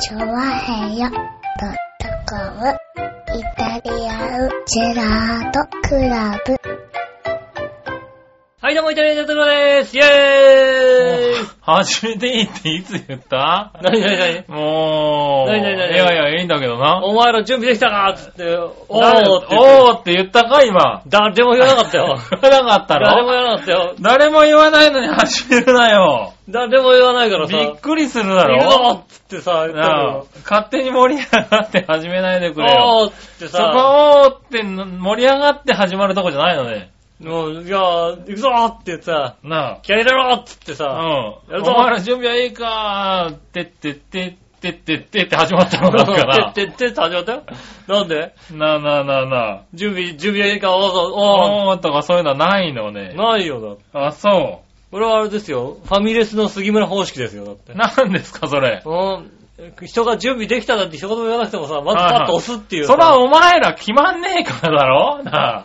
チョワヘヨドットコムイタリアンジェラートクラブ。はい、どうも、イタリアンジェラートクラブですイェーイ初めていいっていつ言ったなになになにもう。何何何いやいや、いいんだけどな。お前ら準備できたかつって、おおーーって言っておーって言ったか、今。誰も言わなかったよ。言わなかった誰もろ言わなかったよ。誰も言わないのに始めるなよ。誰も言わないからさ、びっくりするだいるろぞっつってさ、言ったなあの勝手に盛り上がって始めないでくれおよ。ーっつってそさ、こをって盛り上がって始まるとこじゃないのね。もう、じゃあ、行くぞーって言ってさ、な気合い入れろっつってあ。さ、うやるん。ぞお前ら準備はいいかーってってってってってってって始まったのだから。てってってって始まったよ。なんでなあなあなあなあ。準備、準備はいいかわざわおーとかそういうのはないのざ、おねー。ないよ、だって。あ、そこれはあれですよ、ファミレスの杉村方式ですよ、だってう。。なんですか、それ。うん。人が準備できたなんて一言も言わなくてもさ、まずパッと押すっていうさ。そらお前ら決まんねえからだろな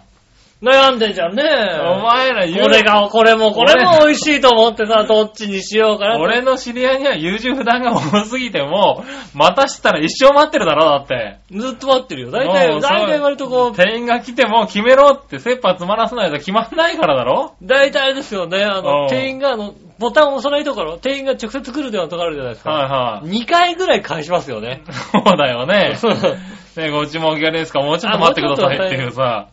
悩んでんじゃんねあお前ら優これが、これも、これも美味しいと思ってさ、どっちにしようかな。俺の知り合いには優柔不断が多すぎても、待たしたら一生待ってるだろ、だって。ずっと待ってるよ。大体、もうそう大体割とこう、店員が来ても決めろって、切羽詰まらせないと決まんないからだろ大体あれですよね、あうの、ん店員が、あの、ボタンを押さないところ、店員が直接来る電話とかあるじゃないですか。はいはい。 2回ぐらい返しますよ ね。そうだよね。ねご注文お決まりですかもうちょっと待ってくださいっていうさ。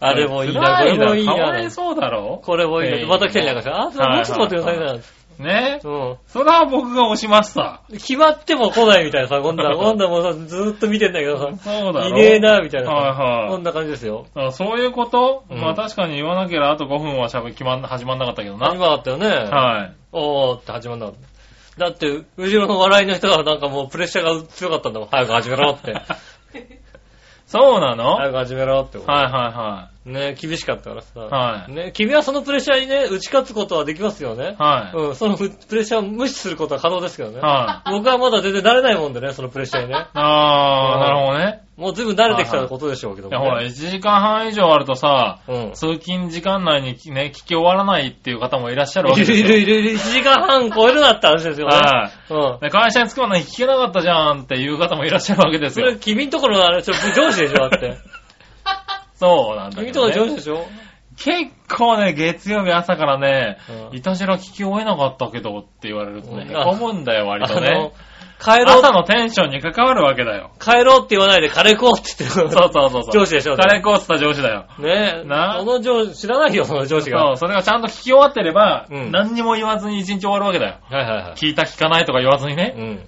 あれもいいな、こ辛れもいいかわいな。そうだろこれもいいな。また来てるじゃんかさ、あ、それもうちょっと待ってくださいな。ねうん。それは僕が押しますさ。決まっても来ないみたい なさ、今度は、今度はもうさ、ずーっと見てんだけどさ、そうだろいねえな、みたいなさ、はいはいこんな感じですよ。あそういうこと、うんまあ確かに言わなければあと5分は喋決まん始まんなかったけど始な。まったよね。はい。おーって始まんなかった。だって、後ろの笑いの人がなんかもうプレッシャーが強かったんだもん。早く始めろっ て。そうなのはい早く始めろって。はいはね、厳しかったからさ。はいね、君はそのプレッシャーにね、打ち勝つことはできますよねい。。はい。うん、そのふプレッシャーを無視することは可能ですけどね。はい。僕はまだ全然慣れないもんでね、そのプレッシャーにね。あー、なるほどね。もう随分慣れてきたことでしょうけどいもやね、ほら、1時間半以上あるとさ、うん。通勤時間内にね、聞き終わらないっていう方もいらっしゃるわけいでるすいよ。るいるいる、1時間半超えるなって話ですよね。はうんい。。で会社に着くのに聞けなかったじゃんっていう方もいらっしゃるわけですそよれ。君んところのあれ、ちょ上司でしょ、だ って。そうなんだ君けんとこど、ろ上司ね。でしょ結構ね、月曜日朝からね、うんいたしら聞き終えなかったけどって言われるとね、うんへこむんだよ、割とね。、帰ろう朝、のテンションに関わるわけだよ。帰ろうって言わないで、カレー食おうって言ってそる。うそうそうそう。上司でしょ誰こうっつった上司だよ。ねえ。なその上司、知らないよ、その上司が。そはう、それがちゃんと聞き終わってれば、うん何にも言わずに一日終わるわけだよ。いはいは聞いた聞かないとか言わずにい。うね。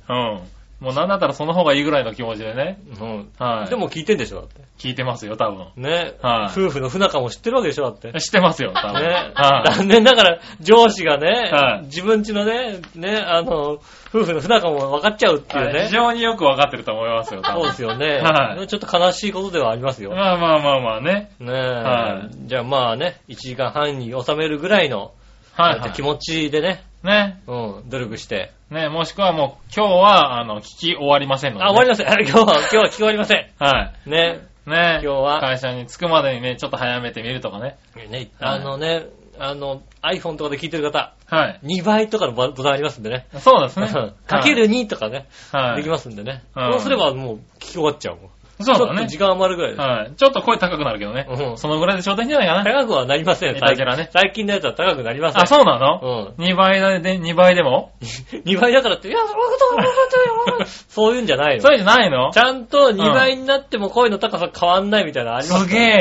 ん。うん。もうなんだったらその方がいいぐらいの気持ちでね。うん。はい。で、も聞いてんでしょ、だって。聞いてますよ、多分。ねえ。はい夫婦の不仲も知ってるわけでしょ、だって。ね知ってますよ、多分。え。 はい。残念ながら、上司がはねい、自分家のね、ね、あの、夫婦の不仲も分かっちゃうっていうはい非ね。常によくわかってると思いますよ、多そう分で。すよね。はいちょっと悲しいことではありますよ。まあまあまあまあね。ねえ、はじゃあまあね、1時間半に収めるぐらいの、はい、気持ちでね、ね。うん、努力して。ね、もしくはもう今日は、あの、聞き終わりませんので、あ、終わりません。あ今日は、今日は聞き終わりません。はい。ねね今日は会社に着くまでにね、ちょっと早めて見るとかね。ね、あのね、あの、iPhone とかで聞いてる方、はい。 2倍とかのボタンありますんでね。。そうですねかける2とかね、はい。はい。できますんでね。うんそうすればもう聞き終わっちゃうもん。そうだちょっとね。時間余るぐらいです。はい。ちょっと声高くなるけどね。うんそのぐらいでちょうどいいんじゃないかな。高くはなりません。ネタじゃらね最近のやつは高くなりません。あ、そうなのうん。 ?2 倍で、2倍でも2倍だからって、いや、そういうこと、そういうことよそういうんじゃないのそ。れじゃないのちゃんと2倍になっても声の高さ変わんないみたいなのありますすからげえ。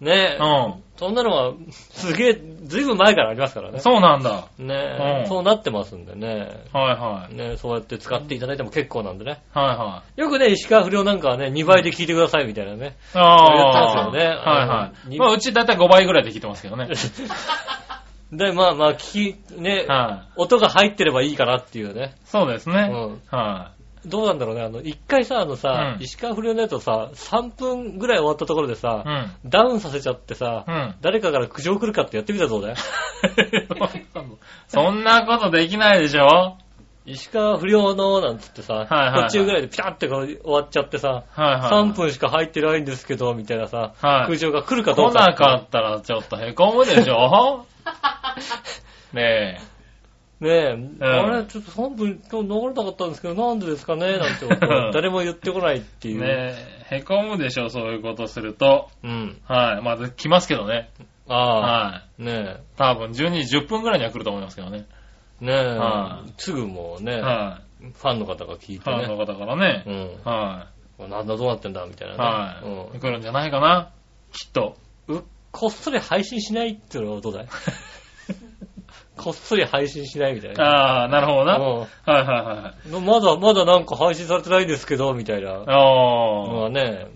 ねえ。うそんなのは、すげえ、ずいぶん前からありますからねん。。そうなんだ。ねえ、うんそうなってますんでね。はいはい。ねえ、そうやって使っていただいても結構なんでね。はいはい。よくね、石川不良なんかはね、2倍で聞いてくださいみたいな ね。やあってますあ。よねはいあはのい。まあ、うちだいたい5倍ぐらいで聞いてますけどね。で、まあまあ、聞き、ね、は音が入ってればいいかなっていうねい。。そうですねう。はどうなんだろうね、あの、一回さ、あのさ、うん石川不良のやつをさ、3分ぐらい終わったところでさい。う、ん。ダウンさせちゃってさ、うん誰かから苦情来るかってやってみた そうだよ。そんなことできないでしょ石川不良の、なんつってさ、いはいはい途中ぐらいでピタってこう終わっちゃってさ、はいはい。 3分しか入ってないんですけど、みたいなさ、はい空調が来るかどう来か。 なかったらちょっとへこむでしょねえ。ねえ、あれ、ちょっと3分今日流れなかったんですけど、なんでですかねなんてことを誰も言ってこないっていう。ねえ、へこむでしょ、そういうことすると。うん。はい。まあ、来ますけどね。ああ、はねい。多分、12時10分ぐらいには来ると思いますけどね。え、ねえ、はすぐもうね、はファンの方が聞いい。てファンね、の方からね。うはん。なんだどうなってんだみたいない。ね。はい。来るんじゃないかな。きっと。うんうこっそり配信しないっていうのはどう だいこっそり配信しないみたいな。ああ、なるほどな。うんはいはいはい。まだ、まだなんか配信されてないんですけど、みたいなのああ。はね、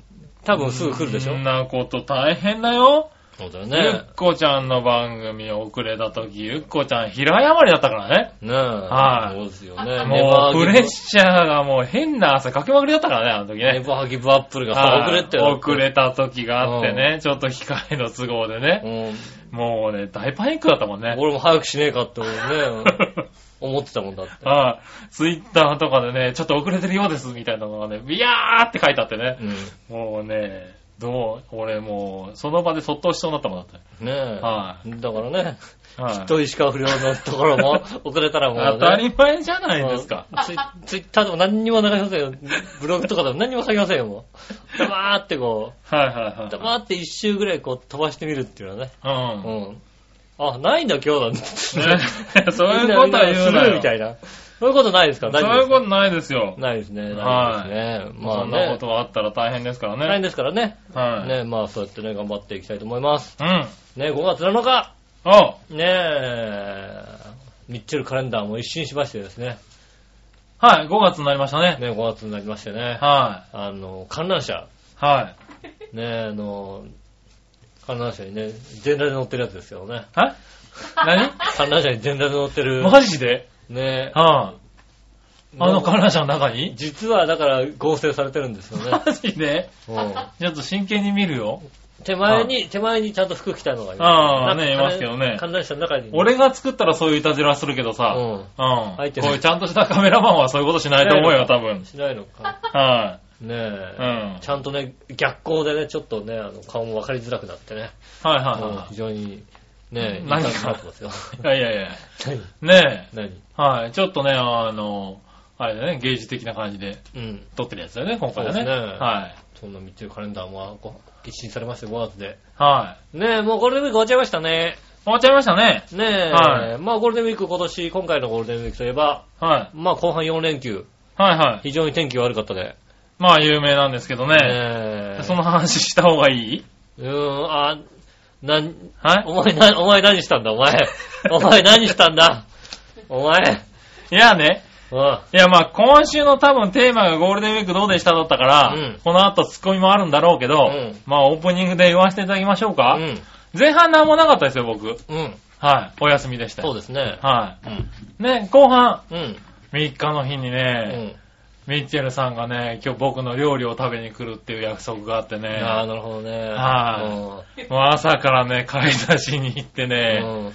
多分すぐ来るでしょそんなこと大変だよ。そうだよゆねっ。こちゃんの番組遅れたとき、ゆっこちゃん平謝りだったからね。ねえ。はいそうですよね。ネもバう、ーギブプレッシャーがもう変な汗かけまくりだったからね、あの時ネね。バーギブアップルがさ遅れてはい遅れた時があってね、ちょっと機械の都合でうね。ん。もうね、大パニックだったもんね。俺も早くしねえか って俺ね、思ってたもんだって。ああ、ツイッターとかでね、ちょっと遅れてるようですみたいなのがね、ビヤーって書いてあってねう。ん。ねもうね、どう、俺もう、その場でそっとしそうになったもんだって。え。はだからね、はいきっと石川不良のところも遅れたらもうね。当たり前じゃないですか。ツイツイッターでも何にも流しませんよ。ブログとかでも何にも書きませんよ、もう。ダバーってこはいはう、いダバーって一周ぐらいこう飛ばしてみるっていうのはね。はい。うん。うん。あ、ないんだ今日なんて。ねそういうこみんとは言うななスルよーみたいな。そういうことないですか大そ丈夫でういすうかことないですよ。ないですね。なはいですいね。まあそんなねこ。とがあったら大変ですから大変ね。ですからね。はい。ね、まあそうやってね、頑張っていきたいと思います。うん。ね、5月7日、おうねえ、ミッチェルカレンダーも一新しましてですね。はい、5月になりましたね。ね、5月になりましてね。はあの、観覧車、い。はい。ね、あの、観覧車にね、全裸で乗ってるやつですけど ね。え何観覧車に全裸で乗ってる、マジでね、はい。あの観覧車の中に実はだから合成されてるんですよ ね。マジでうんちょっと真剣に見るよ。手前に、手前にちゃんと服着たのがいます。ああなんかねいますけどね観覧車の中に。俺が作ったらそういういたずらするけどさ。ううん。ん。こ入ってないういうちゃんとしたカメラマンはそういうことしないと思うよ、多分。しないのか。はねい。えう。ん。はいちゃんとね、逆光でね、ちょっとね、あの顔も分かりづらくなってね、はいもうは非常にね、何がいい感じになってます よ。い。いやいやいや。何ね何え。はい。ちょっとね、あの、あれだね、芸術的な感じでうん。撮ってるやつだよね、今回はそうね。ですねはい。そんな道中カレンダーもこう一新されまして、5月で。はい。ねえ、もうゴールデンウィーク終わっちゃいましたね。終わっちゃいましたね。ねえ、はまあゴールデンウィーク今年、今回のゴールデンウィークといえば、はい。まあ後半4連休、はいはい。非常に天気悪かったで。まあ、有名なんですけどね。ねえ。その話した方がいいうーん、あ、なん、はい。お前な、お前何したんだ、お 前。お前何したんだ。お前。いやね。うん。いや、まあ、今週の多分テーマがゴールデンウィークどうでしただったから、うんこの後ツッコミもあるんだろうけど、うんまあ、オープニングで言わせていただきましょうか。うん。前半なんもなかったですよ、僕。うん。はい。お休みでした。そうでですね。はうん。い。ね、後半、うん。 3日の日うにね、ん。ミッチェルさんがね、今日僕の料理を食べに来るっていう約束があってね、ああ、なるほどね。はもう朝からね、買い出しに行っていね、うん。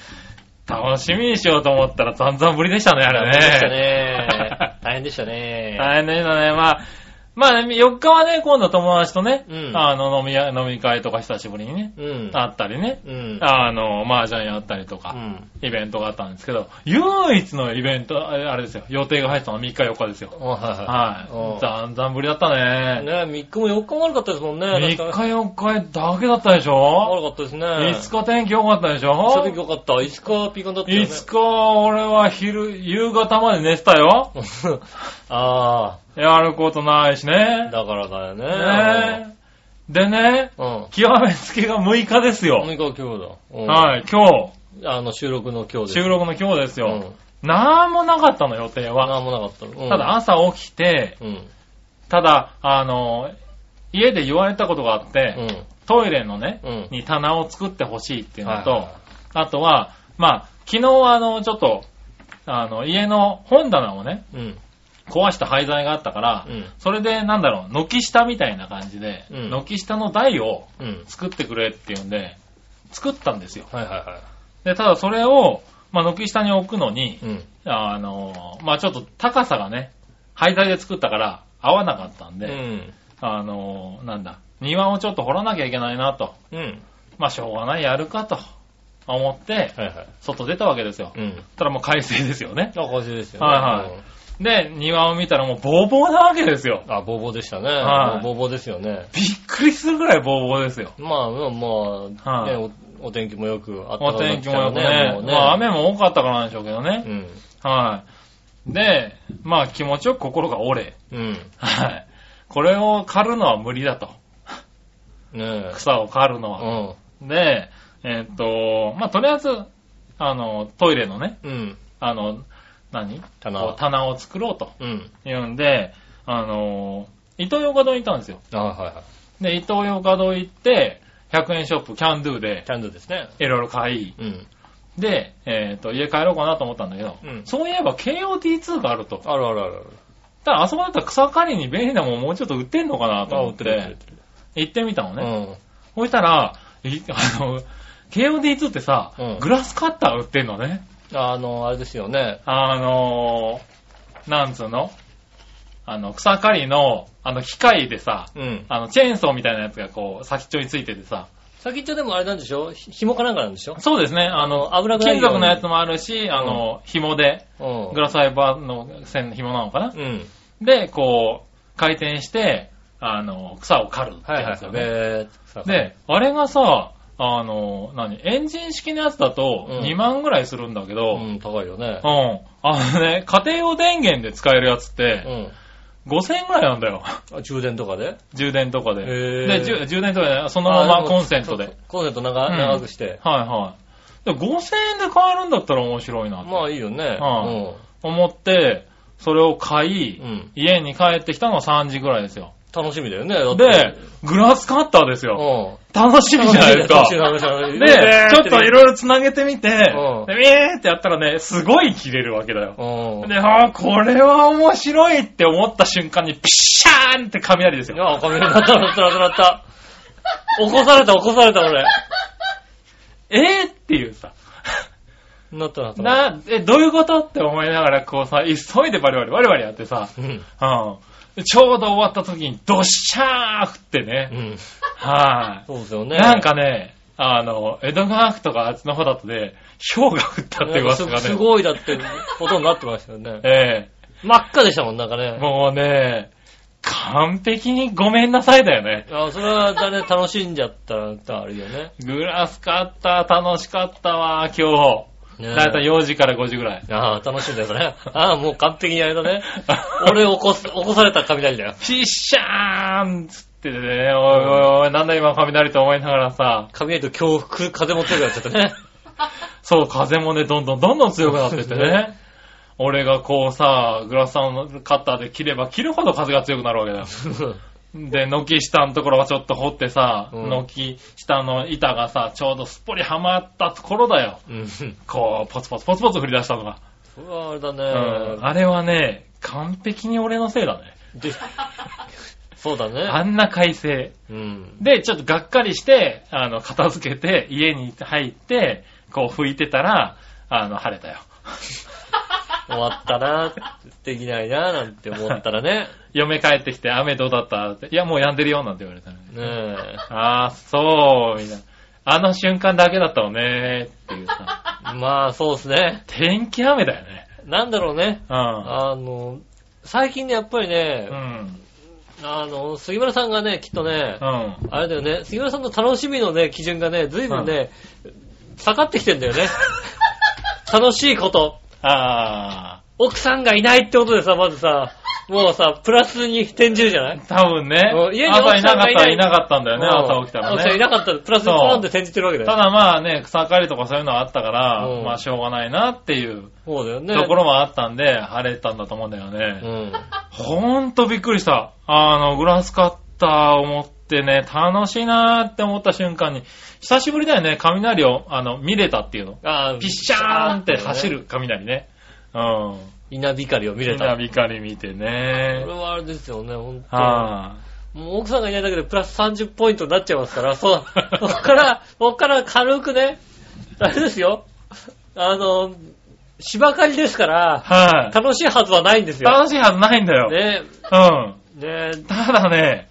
楽しみにしようと思ったら散々ぶりでしたね、あれね。大変でした ね。大変でしたね。大変でしたね。まあ、まあ、ね、4日はね、今度友達とね、うんあの、飲み屋、飲み会とか久しぶりにね、うん。あったりね、うん。あの、麻雀やったりとうか、ん。イベントがあったんですけど、唯一のイベント、あれあれですよ、予定が入ってたのは3日4日ですよ。おははい。あ散々ぶりだったいはい。ね。ね三3日も4日も悪かったですもんね。 3日確か4日だけだったでしょ悪かったですね。 ?5 日天気良かったでしそのょ時よかった。5日ピカンだったよね。 ?5 日俺は昼、夕方まで寝てたよ。 あやることないしあ、ね。だからだよね。ねえでね、うん。極めつけが6日ですよ。 6日今日だ。うんはい、今あの、収録の今日日、です。収録の今日ですうよ。ん。なんもなかったの予定は。なんもなかった。うんただ、朝起きて、うん。ただ、あの、家で言われたことがあっうて、ん。トイレのねうん、に棚を作ってほしいっていうのはいはいとはい、あとは、まあ、昨日はあの、ちょっと、あの、家の本棚をね、うん。壊した廃材があったからうん、それで、なんだろう、軒下みたいな感じで、うん軒下の台をうん。作ってくれっていうんで、作ったんですよ。はいはいはで、ただそれを、まあ、軒下に置くのにい。、うん。あの、まあ、ちょっと高さがね、廃材で作ったから合わなかったんうで、ん。あの、なんだ、庭をちょっと掘らなきゃいけないなと。うん。まあ、しょうがない、やるかと。思って、はいはい。外出たわけですよ。うん。たらもう快晴ですよね。あ、今週ですよ、はいはいで、庭を見たらもうボーボーなわけですよ。うんあ、ボーボーでしたね。はいボーボーですよね。びっくりするぐらいボーボーですよ。まあ、まあ、まあ、はいねお、お天気もよくあったお天気もよくね。まあ雨も多かったからなんでしょうけどね。うん。はい。で、まあ気持ちよく心が折れ。うん。はい。これを刈るのは無理だと。ねえ。草を刈るのは。で、えーっと、まあとりあえず、あの、トイレのね、うん。うん。あの、何棚こう棚を作ろうとうん。いうんで、あの、伊東洋華堂に行ったんですよ。あはいはで、伊東洋華堂行って、100円ショップキャンドゥい。で、キャンドゥですね。いろいろ買い、うん。で、えーっ、と、家帰ろうかなと思ったんだけど、うんそういえば KOT2 があると。あるあるあるただ、あそこだったら草刈りに便利なもんもうちょっと売ってんのかあなる。と思って、るる行ってみたのうね。ん。そしたら、い あの、KOD2 ってさ、うんグラスカッター売ってんのね。あの、あれですよね。あのー、なんつうのあの、草刈りの、あの、機械でさ、うん。あの、チェーンソーみたいなやつがこう、先っちょについててさ。先っちょでもあれなんでしょひ紐かなんかなんでしょそうですね、あの、油ぐらい金属のやつもあるし、あの、紐で、うん。グラスファイバーの線の紐なのかなうん。で、こう、回転して、あの、草を刈るってはいはやいつはよい。ね。で、さで、あれがさ、あの、何エンジン式のやつだとうん2万ぐらいするんだけうど、うん。ん、高いよね。あのね、家庭用電源で使えるやつっうて、ん。 5000円ぐらいなんだよ。 あ充電とかで充電とかで。へーで、じゅ充電とかで、そのままコンセントで。。あもコンセント長うん長くして。はいはい。で、5000円で買えるんだったら面白いなまとあいいよね。は思って、それを買い、うん。うん。家に帰ってきたのが3時ぐらいですよ。楽しみだよね。だってで、、グラスカッターですうよ。ん。楽しみじゃないですか。楽しみ楽しみ楽しみで、ちょっといろいろ繋げてみて、で、うんウィーってやったらね、すごい切れるわけだよ。うん。で、あーこれは面白いって思った瞬間に、ピシャーンって雷ですいよ。や、カメラ鳴った鳴った鳴った鳴った。起こされた起こされた俺。えーっていうさ。なったなった。な、え、どういうことって思いながら、こうさ、急いでバリバリバリバリやってさ、うん。うん。ちょうど終わった時に、ドッシャー降ってうね、ん。はい、そうですよね。なんかね、あの、江戸川区とかあっちの方だとね、氷が降ったって噂がね、すすごいだってことになってましたよ ね。え真っ赤でしたもん、なんかえね。 もうね、完璧にごめんなさいだよね。あそれはだね、楽しんじゃったら、あるよね。グラス買った、楽しかったわ、今日。ねだいたい4時から5時ぐらい。ああ、楽しんだよ、それ。ああ、もう完璧にあれだ ね。俺起こす、起こされた雷だよ。ピッシャーンつってね、おいおいおい、なんだ今雷と思いながらさ、雷と強風、風も強くなっちゃったね。そう、風もね、どんどんどんどん強くなってってそうですね。俺がこうさ、グラスのカッターで切れば切るほど風が強くなるわけだよ。で、軒下のところはちょっと掘ってさ、うん軒下の板がさ、ちょうどすっぽりはまったところだよ。うん。こう、ポツポツポツポツ振り出したのが。うわ、あれだうんね。あれはね、完璧に俺のせいだね。でそうだね。あんな改正。うん。で、ちょっとがっかりして、あの、片付けて、家に入って、こう拭いてたら、あの、晴れたよ。終わったな、できないな、なんて思ったらね。嫁帰ってきて、雨どうだったって、いや、もう止んでるよ、なんて言われたね。ねえ。あー、そう、みたいな。あの瞬間だけだったのね、ってい うさ。まあ、そうですね。天気雨だよね。なんだろうね。うん。あの、最近ね、やっぱりねう、ん。あの、杉村さんがね、きっとね、うん。あれだよね、杉村さんの楽しみのね、基準がね、随分ね、下がってきてんだよね。楽しいこと。あ奥さんがいないってことでさ、まずさ、もうさ、プラスに転じるじゃないー、多分ねうん家、に朝奥いさなんがいかっなたいらいなかったんだよね、うん朝起きたら奥さんいね。なかったら、プラスにポンって転じてるわけだたよ。だまあね、草刈りとかそういうのはあったからうん、まあしょうがないなっていうそうだよね。ところもあったんで、晴れたんだと思うんだよね。うん。ほんとびっくりした。あの、グラスカッターを持ってね、楽しいなーって思った瞬間に、久しぶりだよね、雷を、あの、見れたっていうの。あピッシャーンって走。る雷ね。うん。稲光を見みれんた。なこ光見てれね。はあれですよね、ほんとに。はもう奥さんがいないだけでプラス30ポイントになっちゃいますから、 そう、こっから、こっから軽くね、あれですよ、あの、芝刈りですかい。ら、はい。楽しいはずはないんですよ。楽しいはずないんだよ。ね、うん。ね、ただね、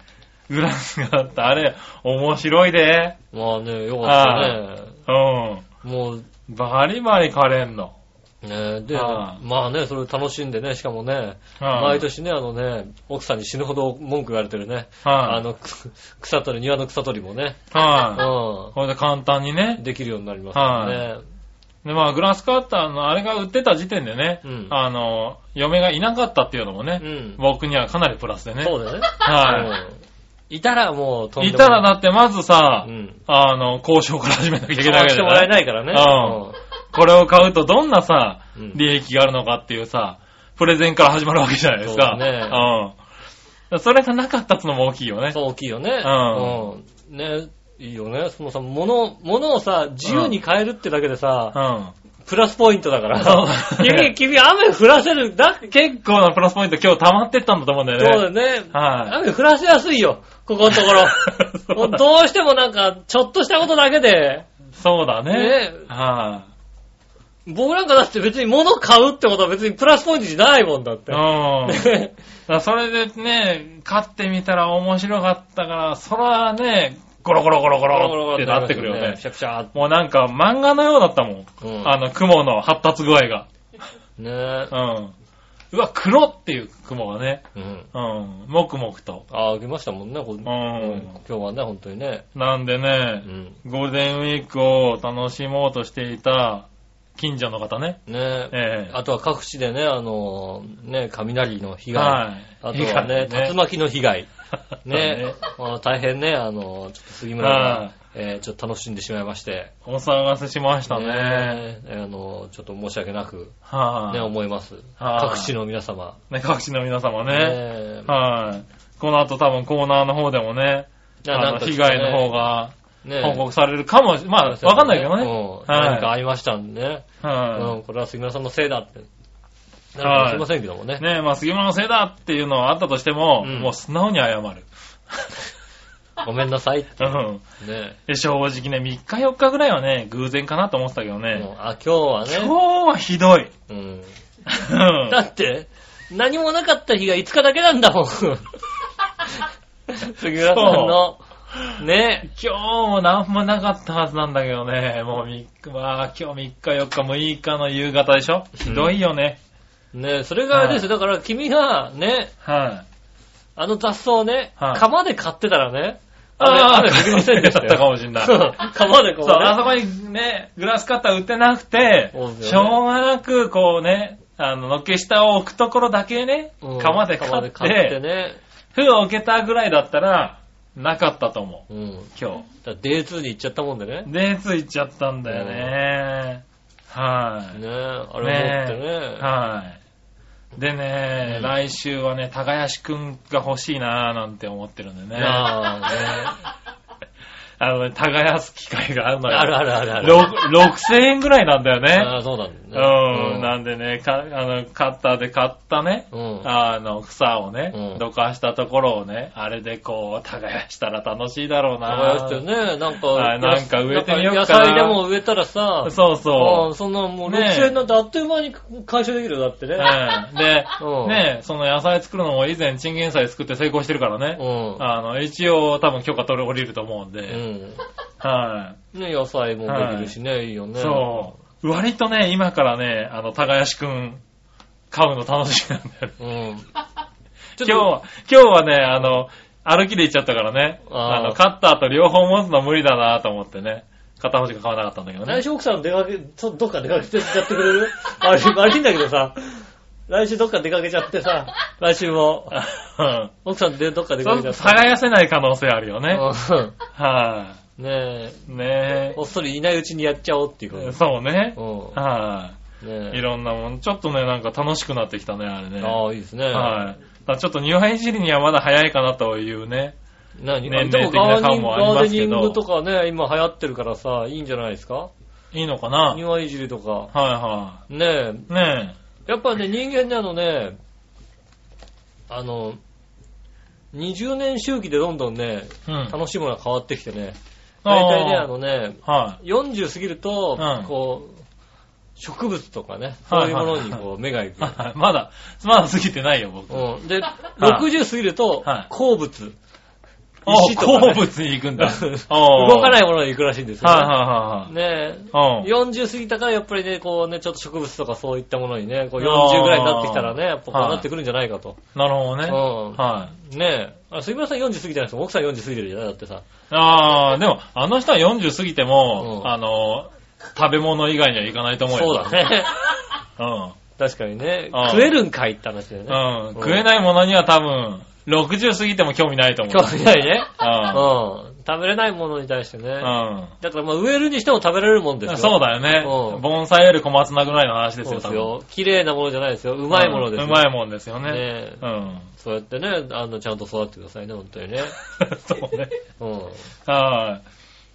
グラスカッター、あれ、面白いで。まあね、よかったね。うん。もう、バリバリカレンの。ねで、はまあね、それを楽しんでね、しかもね、毎年ね、あのね、奥さんに死ぬほど文句言われてるね、あはい。の、く草取り、庭の草取りもね、はうい。これで簡単にねん、。できるようになりますからね。で、まあ、グラスカッターのあれが売ってた時点でね、うんあの、嫁がいなかったっていうのもね、うん。僕にはかなりプラスでね。そうだよね。はうんいたらもう、とんでい。いもたらなだってまずさ、うん。あの、交渉から始めなきゃいけない買わわけしてだもよらえね。ないからね。これを買うとどんなうさ、ん利益があるのかっていうさ、プレゼンから始まるわけじゃないですか。そうだねうん。それがなかったってのも大きいよね。そう、大きいよね。ううん。ね、いいよね。そのさ、物を、物をさ、自由に変えるってだけでさ、うん。プラスポイントだからそう。君、君、雨降らせる。 だって結結構なプラスポイント今日溜まってったんだと思うんだ構よね。だよね。はい。雨降らせやすいよ。ここのとこ ろ。もうどうしてもなんか、ちょっとしたことだけで、そうだね。ねは僕なんかだって別に物買うってことは別にプラスポイントじゃないもんだっい、て。うん。だからそれでね、勝ってみたら面白かったから、そらね、ゴロゴロゴロゴロってなってくるよねピ。シャピシャーっもうなんか漫画のようだったもん。て。うんあの、雲の発達具合が。ねうん。うわ、黒っていう雲がね。え。うん。うん。もくもくと。ああ、来ましたもんね、こううんん。今日はね、本当にね。なんでうね、ん。ゴールデンウィークを楽しもうとしていた近所の方ね。ねえ。ええあとは各地でね、あのー、ね、雷の被害。はい。あとはね、竜巻の被害。ね。あー大変ね、あのー、ちょっと杉村はがい、えーちょっと楽しんでしまいまして。お騒がせしましたね。ねえ。あのー、ちょっと申し訳なく、はい、ね、思います。はい各地の皆様。ね、各地の皆様ねね。えはい、この後多分コーナーの方でもね、なあなのんか被害の方がね、報告されるかもし、まあ、わかんないけどね。うんは何い、かありましたんでね。はうんこれは杉村さんのせいだって。なるかもはいしれませんけどもねい。。ねまあ、杉村のせいだっていうのはあったとしても、うんもう素直に謝る。ごめんなさいって。うんね。で正直ね、3日4日ぐらいはね、偶然かなと思ってたけどもね。うあ、今日はね。今日はひどい。うん うんだって、何もなかった日が5日だけなんだ もん。杉村さんの。ね。今日もなんもなかったはずなんだけどね。もう3日、まあ今日3日4日6日の夕方でしょひどいよね。ねそれがあれですよ。だから君が、ね、はい。あの雑草をね、はい釜で買ってたらね、あーれ雨降りませんでしたよ買ってたかもしんないそう釜でこそうう、ね。あそこにね、グラスカッター売ってなくて、そうですしよねょうがなくこうね、あの、のっけ下を置くところだけね、うん釜で買釜っでて、買ってね。封を置けたぐらいだったら、なかったと思うう、ん。今だから D2 に行っちゃったもんでね。日。で、ついちゃったんだよね。はい。ねえ、あれを持ってね。はい。でね、うん来週はね、高橋くんが欲しいなーなんて思ってるんでね。ああのね、耕す機会がああるのね。よ。あるあるあるある。ろく6000円ぐらいなんだよあね。あ、そうなんうだね。ん、なんでね、かあの、カッターで買ったね、うん。あの、草をね、うんどかしたところをね、あれでこう、耕したら楽しいだろうな耕してね、なんか、はいなんか植えてみようかななんか野菜でも植えたらさ、そうそうう。んそんなもうねえ6000円なんてあっという間に回収できるよ、だってね。うんでう、んね、その野菜作るのも以前チンゲン菜作って成功してるからね。うん。あの、一応多分許可取れ降りると思うんうで、ん。はね、野菜もできるしね、いいよい。ね。そう。割とね、今からね、あの、高橋くん、買うの楽しみなんだよね。う。う ん。今日は、今日はね、あの、歩きで行っちゃったからね、あーあの、カッターと両方持つの無理だなと思ってね、片方しか買わなかったんだけどね来。週奥さん出かけ、ちょっとどっか出かけてやってくれる あれ、悪いんだけどさ、来週どっか出かけちゃってさ、来週も、うん奥さんでどっか出そかけうちゃって。耕せない可能性あるよね。うんはねい。ねえ、こっそりいないうちにやっちゃおうっていうことえ。そうね。うはん。ねい。いえ。ろんなもん、ちょっとね、なんか楽しくなってきたね、あれね。ああ、いいですね。はい。だからちょっとニューいじりにはまだ早いかなというね。何年齢でも的なガーデ感ニング、もありガまーデすけニどングとかね、今流行ってるからさ、いいんじゃないですかいいのかなはい庭いじりとか。はねい。ねえ。やっぱね、人間ね、あのね、あの、20年周期でどんどんね、え。うん。楽しいものが変わってきてね、あー大体ね、あのね、は40過ぎると、うんこう、植物とかね、そはういいうはもいはいのにこう目が行く。い。 まだ、まだ過ぎてないよ、僕。うん、で、い60過ぎるとはい、鉱物、あ石とか、 鉱ね、物に 行くんだ。。動かないいものに行くらしいんですよ、ね。はいはいねえ。はいはい。うん。 40過ぎたから、やっぱりね、こうね、ちょっと植物とかそういったものにね、こう40ぐらいになってきたらね、やっぱこうなってくるんじゃないかと。なるほどね。うんはい。ねえ。あ杉村さん40過ぎてないですか奥さん40過ぎてるじゃないだってさ。ああ、でも、あの人は40過ぎても、うんあの、食べ物以外にはいかないと思うそうよ。だね。 だ。確かにね。うん食えるんかいって話だようね。ん。うん。食えないものには多分、60過ぎても興味ないと思う。興味ないね。うん。うん。食べれないものに対してね。うん。だからまあ植えるにしても食べられるもんですよ。そうだよねう。ん盆栽より小松菜ぐらいの話ですそうでよ、多す分。よ。綺麗なものじゃないですよ。うまいものですよ。うんうまいもんですよねね。えうん。 そうやってね、あの、ちゃんと育ってくださいね、本当にね。そうね。うん。はい。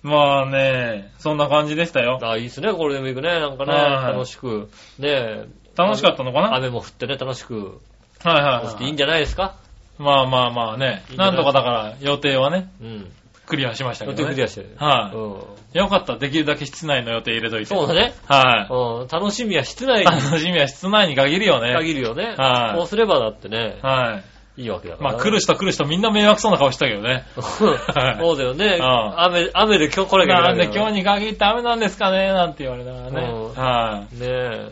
まあね、そんな感じでしたよ。あ、いいっすね、ゴールデンウィークね。なんかね、はい楽しく。ねえ楽しかったのかなはい雨も降ってね、楽しく。はいそしはていいんい。じゃないですかまあまあまあねいい。んじゃなないんとかだから予定はね、うん。クリアしましたけ予どね。定クリアしてる。はいうん。よかった。できるだけ室内の予定入れといて。そうだね。はうん。楽しみは室 い。内に楽しみは室内に限るよね。限るよね。はいそうすればだってね、はいいわけだい。から。まあ来る。人来る人みんな迷惑そうな顔したけどね。はい そうだよね。うん雨、雨で今日来なきゃいなんけないで今から。日に限って雨なんですかねなんて言われながらね。うんはい。ねえ。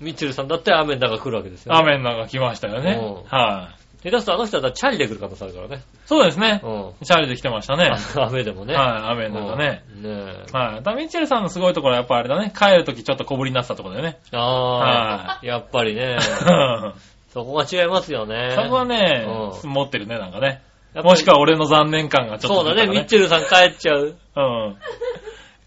ミッチェルさんだって雨の中来るわけですよ、ね。雨の中来ましたよねうん。はい。下手するとあの人はチャリで来る可能性あるからね。そうですねう。ん。チャリで来てましたね。雨でもね。はい、雨の中ね。うん。ねえ。はい。ダミッチェルさんのすごいところはやっぱあれだね。帰るときちょっと小ぶりになってたところだよね。。ああ、やっぱりねそそこが違いますよね。こはねう、持ってるね、なんかね。やっぱりもしくは俺の残念感がちょっとそうだね、出たミかッチェルさん帰っちゃう。うん。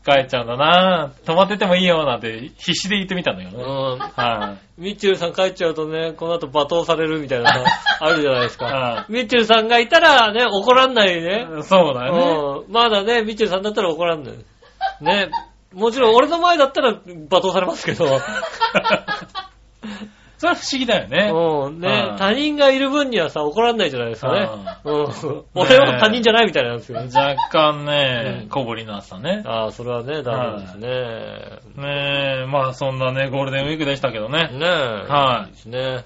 帰っちゃうんだなぁ。泊まっててもいいよなんて必死で言ってみたんだけどうね。ん。はミッチェルさん帰っちゃうとね、この後罵倒されるみたいな のあるじゃないですか。ミッチェルさんがいたらね、怒らんないいね。そうだよね。うんまだね、ミッチェルさんだったら怒らんない。ね。もちろん俺の前だったら罵倒されますけど。それは不思議だよね。うんねう、ん他人がいる分にはさ、怒らんないじゃないですかね。うん俺は他人じゃないみたいなんですよ。若干うねん、小ぶりになってたね。ああ、それはね、ダメですね。ねえ、まあそんなね、ゴールデンウィークでしたけどね。ねえ。はいいですね。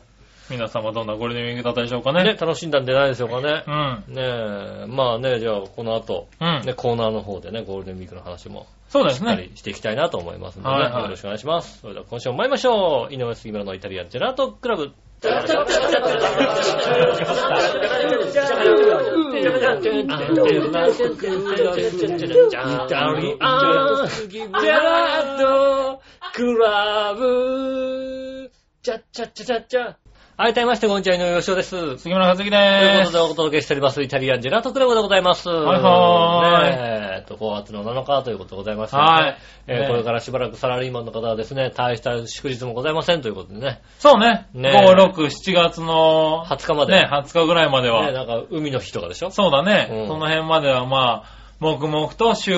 皆様どんなゴールデンウィークだったでしょうかね、ね。楽しんだんじゃないでしょうかねう。ん。ねえ、まあね、じゃあこの後、うんね、コーナーの方でね、ゴールデンウィークの話もそうでしすっかね。りしていきたいなと思いますので、ねはいはいよろしくお願いします。それでは今週も参りましょう。井上杉村のイタリアンジェラートクラブ。はい、改めまして、こんにちは、井上芳雄です。杉村和樹といでうこーとすで。お届けしております、イタリアンジェラートクラブでございます。はいはーいねええっと、5月の7日ということでございます、はいえーねえこれからしばらくサラリーマンの方はですね、大した祝日もございませんということでね、そうね。5、ねえ6、7月の、 20日まで。ね、20日ぐらいまではね。なんか、海の日とかでしょそうだね。うんその辺まではまあ、黙々と週、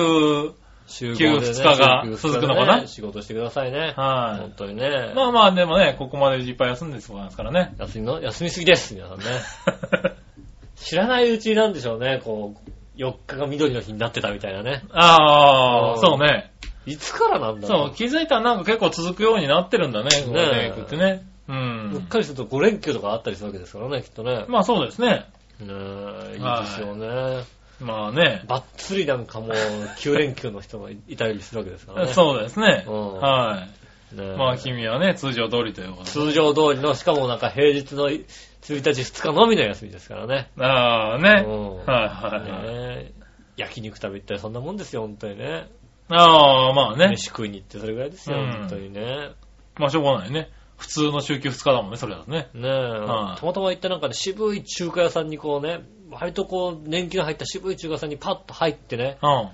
週休合二日が続くのかな仕事してくださいね。は本当にね。い。まあまあ、でもね、ここまでいっぱい休んでそうなんですから ね。休みの、休みすぎです、皆さんね。知らないうちなんでしょうね、こう、4日が緑の日になってたみたいなね。うああ、んそうね。いつからなんだろそうう、。気づいたらなんか結構続くようになってるんだね、ゴールデンウィークってね。ううっん。かりすると5連休とかあったりするわけですからね、きっとね。まあそうですね。ねえ、いいですよね。まあね。ばっつりなんかもう、9連休の人がいたりするわけですからね。 そうですね。うんはねえい。まあ君はね、通常通りということで。通常通りの、しかもなんか平日の1日2日のみの休みですからね。ああ、ね。うんはいはいはねい。え焼肉食べ行ったらそんなもんですよ、本当にね。ああ、まあね飯。食いに行ってそれぐらいですよ、うん本当にね。まあしょうがないね。普通の週休2日だもんね、それだとね。ねえ、はいたまたま行ってなんかね、渋い中華屋さんにこうね、割とこう、年季の入った渋い中華屋さんにパッと入ってね、うん。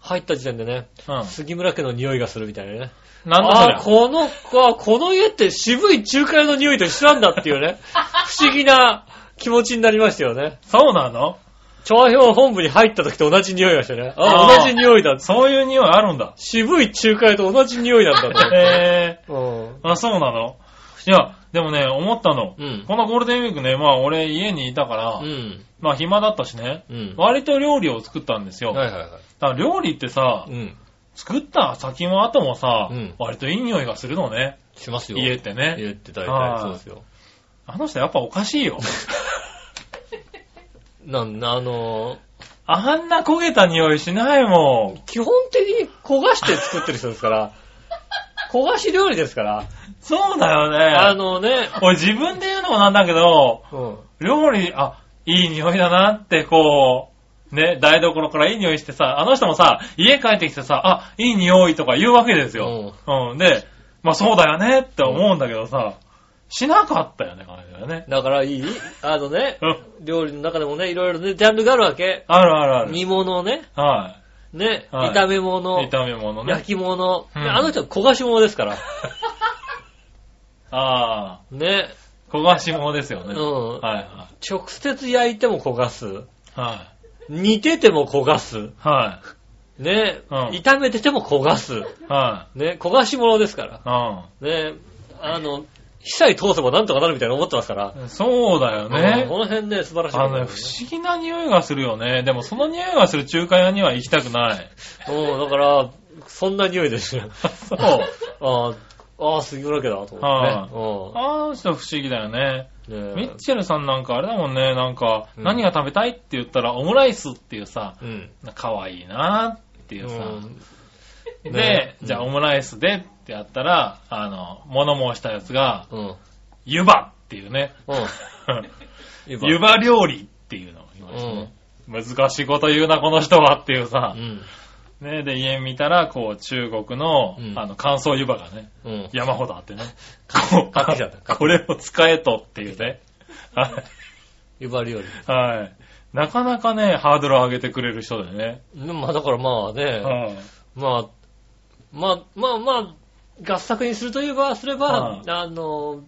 入った時点でね、うん。杉村家の匂いがするみたいなね。なんだそりあゃー。この、あこの家って渋い中華屋の匂いと一緒なんだっていうね、 不思議な気持ちになりましたよね。そうなの調和表本部に入った時と同じ匂いがしてね。ああー同じ匂いだ。。そういう匂いあるんだ渋い中華屋と同じ匂いなんだって。へ うん。ぇあ、そうなのいや、でもね、思ったの。うんこのゴールデンウィークね、まあ俺家にいたから、うん。まあ暇だったしね、うん。割と料理を作ったんですよ。はだいはいはから料理ってさい。う、ん。作った先も後もさ、うん割といい匂いがするのね。しますよ。家ってね。家って大体はいそうですよ。あの人やっぱおかしいよ。なんあのー あんな焦げた匂いしないもん。基本的に焦がして作ってる人ですから、焦がし料理ですから、そうだよね。あのね、俺自分で言うのもなんだけど、うん。料理、あ、いい匂いだなってこう、ね、台所からいい匂いしてさ、あの人もさ、家帰ってきてさ、あ、いい匂いとか言うわけですよ。うん。で、まあそうだよねって思うんだけどさ、しなかったよね、感じだよね。だからいいあのね、うん。料理の中でもね、いろいろね、ジャンルがあるわけ。あるあるある。煮物ね、はね、はい炒め物い。、炒め物ね焼。き物、うんであの人は焦がし物です から。ああ、ね、焦がし物ですようね。ん。はいは直接焼いても焦がす。い。は煮てても焦がす。い。はね、うん炒めてても焦がす。い。はね、焦がし物ですから。い。ね、あの、被災通せばなんとかなるみたいな思ってますから。うん。そうだよねうん。この辺ね、素晴らしいあことのだね、よ不思議な匂いがするよね。でもその匂いがする中華屋には行きたくない。ね。うん、だから、そんな匂いですよ。 そう。 あーあー、杉村家だと思あの人不思議だよね。ってね。うん。ミねッチェルさんなんかあれだもんね、なんか、うん何が食べたいって言ったらオムライスっていうさ、うん。可愛いなっていうさ。うんでね、じゃあうんオムライスでってやったら、あの、物申したやつが、うん。うん。湯葉っていうね。湯 湯葉料理っていうのが来ましたね。難しいこと言うな、この人はっていうさう。ん。ね、で、家見たら、こう、中国の、うんあの、乾燥湯葉がね、うん。山ほどあってね。こう買ってきちゃったこれを使えとってい うね。は湯張りより。い。はい。なかなかね、ハードルを上げてくれる人だよね。でもまあだからまあね、うんまあ、まあまあまあ、合作にするといえば、すればは、いあの、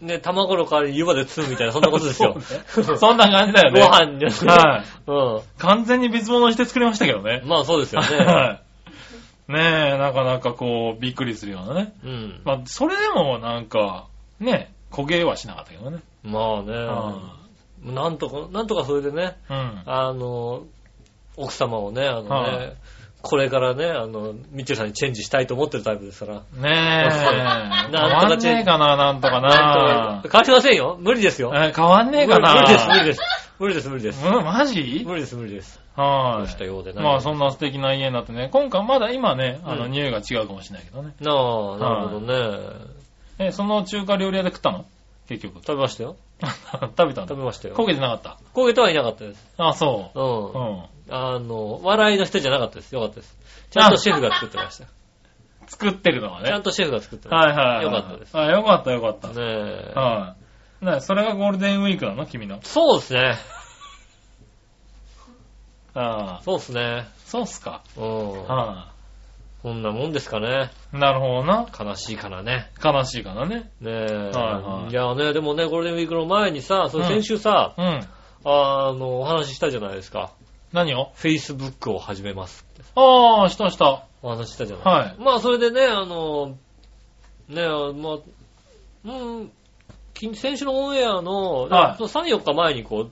ね、卵の代わりに湯葉で包むみたいな、そんなことですよ。そうねそんな感じだよごね。飯に。はい。う完全に別物にして作りましたけどねん。。まあそうですよね。はい。ねえ、なかなかこう、びっくりするようなね。うん。まあ、それでもなんか、ね、焦げはしなかったけどね。まあうね、なんとか、なんとかそれでね、うん。あの、奥様をね、あのはね、これからね、あの、ミッチェルさんにチェンジしたいと思ってるタイプですから。ねえ。 なんとかチェ変わんねえかな、なんとかな。変わりませんよ。無理ですよ。え変わんねえかな。無理です、無理です。無理です、無理です。うんマジ無理です、無理です。はそうしたようでい。ない。まあそんな素敵な家になってね、今回まだ今ね、あのうん匂いが違うかもしれないけどね。なあ、なるほどね。え、その中華料理屋で食ったの結 局。食べましたよ。食べたんだ食べ。ましたよ。焦げてなかっ焦げてはいなかったです。。た。あ、そうう。うんん。あの、笑いの人じゃなかったです。よかったです。ちゃんとシェフが作ってました。作ってるのはね。ちゃんはとシェフが作っていましはい。よかったです。あ、よかったよかったた。ねえ。はい。なそれがゴールデンウィークなの君の。そうですね。ああ、そうですね。そうっすか。うん。はこんなもんですかね。い。なるほどな。悲しいからね。悲しいかなね。ねえ。はいはいいやね、でもね、ゴールデンウィークの前にさ、それ先週さ、うん。あの、お話ししたじゃないですか。何を Facebook を始めます。ああ、したした。お話ししたじゃないはい。まあ、それでね、あの、ね、まあ、うん、き先週のオンエアの、はいその3、4日前にこう、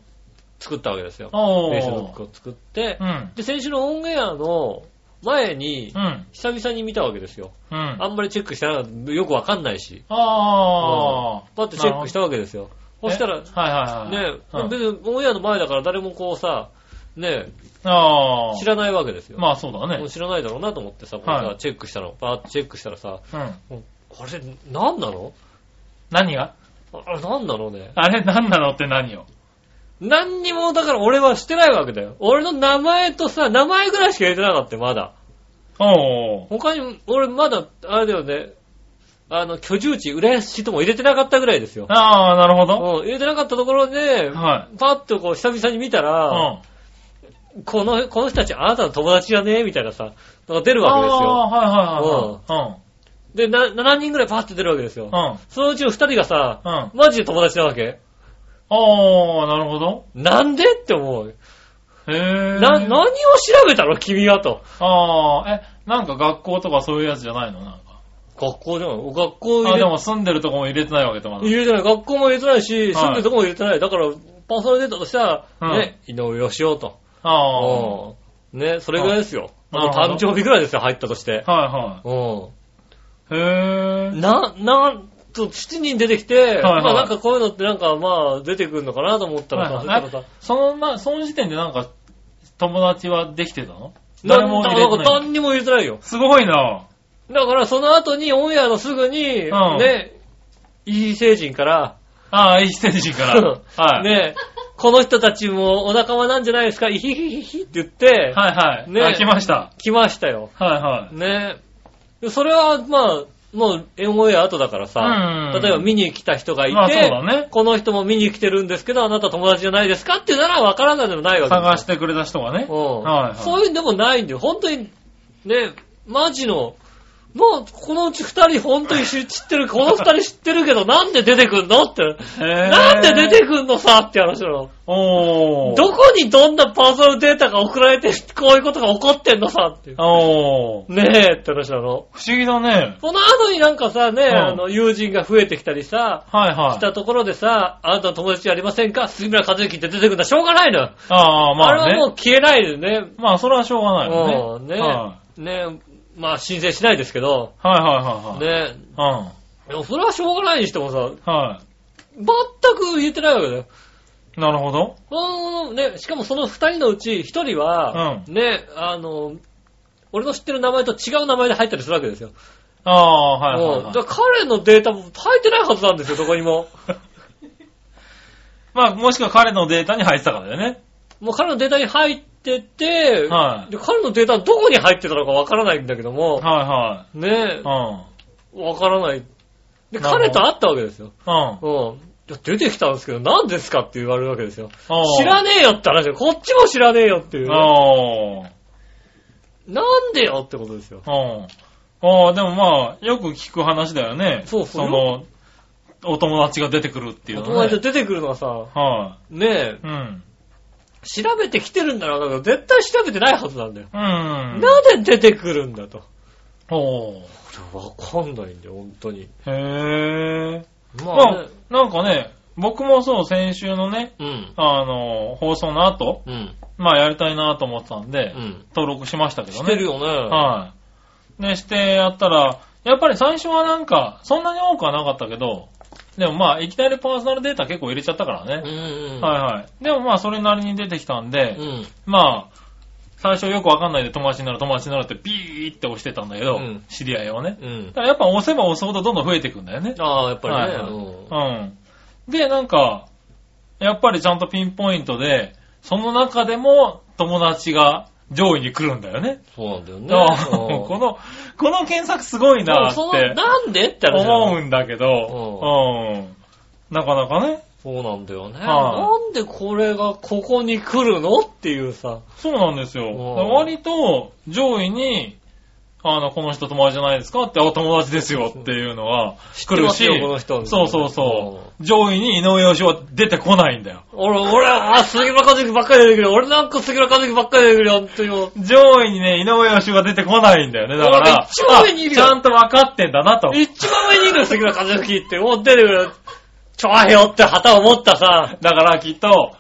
作ったわけですよ。おー Facebook を作ってう、ん。で、先週のオンエアの前にう、ん。久々に見たわけですよ。うん。あんまりチェックしてなかった、よくわかんないし。ああ。だってチェックしたわけですよ。そしたらえ、はいはいはい。ね、うん別にオンエアの前だから誰もこうさ、ね、ああ。知らないわけですよ。まあそうだもねう。知らないだろうなと思ってさ、こうさはいチェックしたの、バーッとチェックしたらさ、うん。あれ、なんなの何があれ、なんなのね。あれ何なのって何よ。何にも、だから俺はしてないわけだよ。俺の名前とさ、名前ぐらいしか入れてなかったよ、まだ。おー。他に、俺まだ、あれだよね、あの、居住地、浦安市とも入れてなかったぐらいですよ。ああ、なるほど。うん、入れてなかったところで、はパッとこう、久々に見たうん。ら、あこの、この人たちあなたの友達じゃねえみたいなさ、のが出るわけですよ。あー、はいはいはい。で、な、7人ぐらいパッと出るわけですよう。ん。うん。そのうちの2人がさ、うん。マジで友達なわけおー、なるほど。なんでって思う。へえ。な、何を調べたの君はと。ああ、え、なんか学校とかそういうやつじゃないのなんか。学校じゃない。お学校入あ、れでも住んでるとこも入れてないわけだまだ。入れてない。学校も入れてないし、い住んでるとこも入れてない。だから、パーソナルデータとしては、うんね、井上義雄と。あうんね、それぐらいですよ。うんあの、なるほ誕ど生日ぐらいですよ、入ったとして。あ。はうん。いはい。へえ。な、なんと、7人出てきて、いはいまあなんかこういうのってなんかまあ出てくるのかなと思ったらさ、はいそはいしたらさそのな、その時点でなんか、友達はできてたのな誰んもだ入かれらてない。何にも入れてないよ。すごいな。だからその後にオンエアのすぐに、うんね、異星人から、ああ、いいステー ジから。はい。ね、この人たちもお仲間なんじゃないですか、イヒヒヒヒって言って、はいはい。ねね、来ました。来ましたよ。はいはい。ね。でそれは、まあ、もう、オンエア後だからさ、うん例えば見に来た人がいて、まあそうだねこの人も見に来てるんですけど、あなた友達じゃないですかっていうなら分からないでもないわけ探ですしてくれた人がね。よ。うんはいはい。そういうんでもないんだよ。本当に、ね、マジの、もう、このうち二人本当に知知ってる、この二人知ってるけど、なんで出てくんのって。へーなんで出てくんのさって話なの。おー。どこにどんなパーソナルデータが送られて、こういうことが起こってんのさっていう。おー。ねえって話なの。不思議だね。その後になんかさ、ね、うんあの、友人が増えてきたりさ、はいはしい。たところでさ、あなたの友達ありませんか杉村和之って出てくるのはしょうがないのよ。ああ、まあれあはもね。う消えないでね。まあ、それはしょうがないようん、ね。ねはねまあ申請しないですけど、いはいはいはい。ねうでもそれはしょうがないにしてもさ、ん。は全く言ってないわけだよ。い。なるほど。うんね、しかもその二人のうち一人は、ね、あの、俺の知ってる名前と違う名前で入ったりするわけですよ。ああ、はいはいうんだはい。から彼のデータも入ってないはずなんですよ、どこにも。まあ、もしくは彼のデータに入ってたからだよね。もう彼のデータに入ってて、はいで彼のデータどこに入ってたのかわからないんだけども、はねいはえ、わからない。で、なる彼ほどと会ったわけですよ。い。うん。うん。うん。いや出てきたんですけど、何ですかって言われるわけですよ。あー知らねえよって話で、こっちも知らねえよっていうね、ああ。なんでよってことですよ。うん。ああ、でもまあ、よく聞く話だよね。そうそうの、お友達が出てくるっていうおのは、友ね。達出てくるのはさ、はねえい、、うん。調べてきてるんだろうな絶対調べてないはずなんだよ。うん。なぜ出てくるんだと。おーわかんないんだよ、本当に。へえ。ままあ、あね、、なんかね、僕もそう、先週のね、うん、あの、放送の後、うん、まあやりたいなと思ってたんで、うん。登録しましたけどしね。てるよね。はい。ね、してやったら、やっぱり最初はなんか、そんなに多くはなかったけど、でもまあ、いきなりパーソナルデータ結構入れちゃったからね。うんうん。はいはい。でもまあ、それなりに出てきたんで、うん。まあ、最初よくわかんないで友達になる友達になるってビーって押してたんだけど、うん知り合いをね。うんだ。からやっぱ押せば押すほどどんどん増えていくんだよね。ああ、やっぱりね。はいうんうん。で、なんか、やっぱりちゃんとピンポイントで、その中でも友達が上位に来るんだよね。そうなんだよね。あーうん この、この検索すごいなっそうそうてなんでって話だよ思うんだけど、うん。なかなかね、そうなんだよね。はいなんでこれがここに来るのっていうさ。そうなんですよ。うん割と上位に、あの、この人友達じゃないですかって、あ、友達ですよっていうのは来てるますしよこの人、そうそうそう。上位に井上義雄は出てこないんだよ。俺、俺、あ、杉村和之ばっかり出てくるよ。俺なんか杉村和之ばっかり出てくるよ。本当にもう。上位にね、井上義雄が出てこないんだよね。だか俺ら、一番上にいるよあちゃんと分かってんだなと。一番上にいるよ、杉村和之って。もう出てくる。ちょあへよって旗を持ったさ。だからきっと、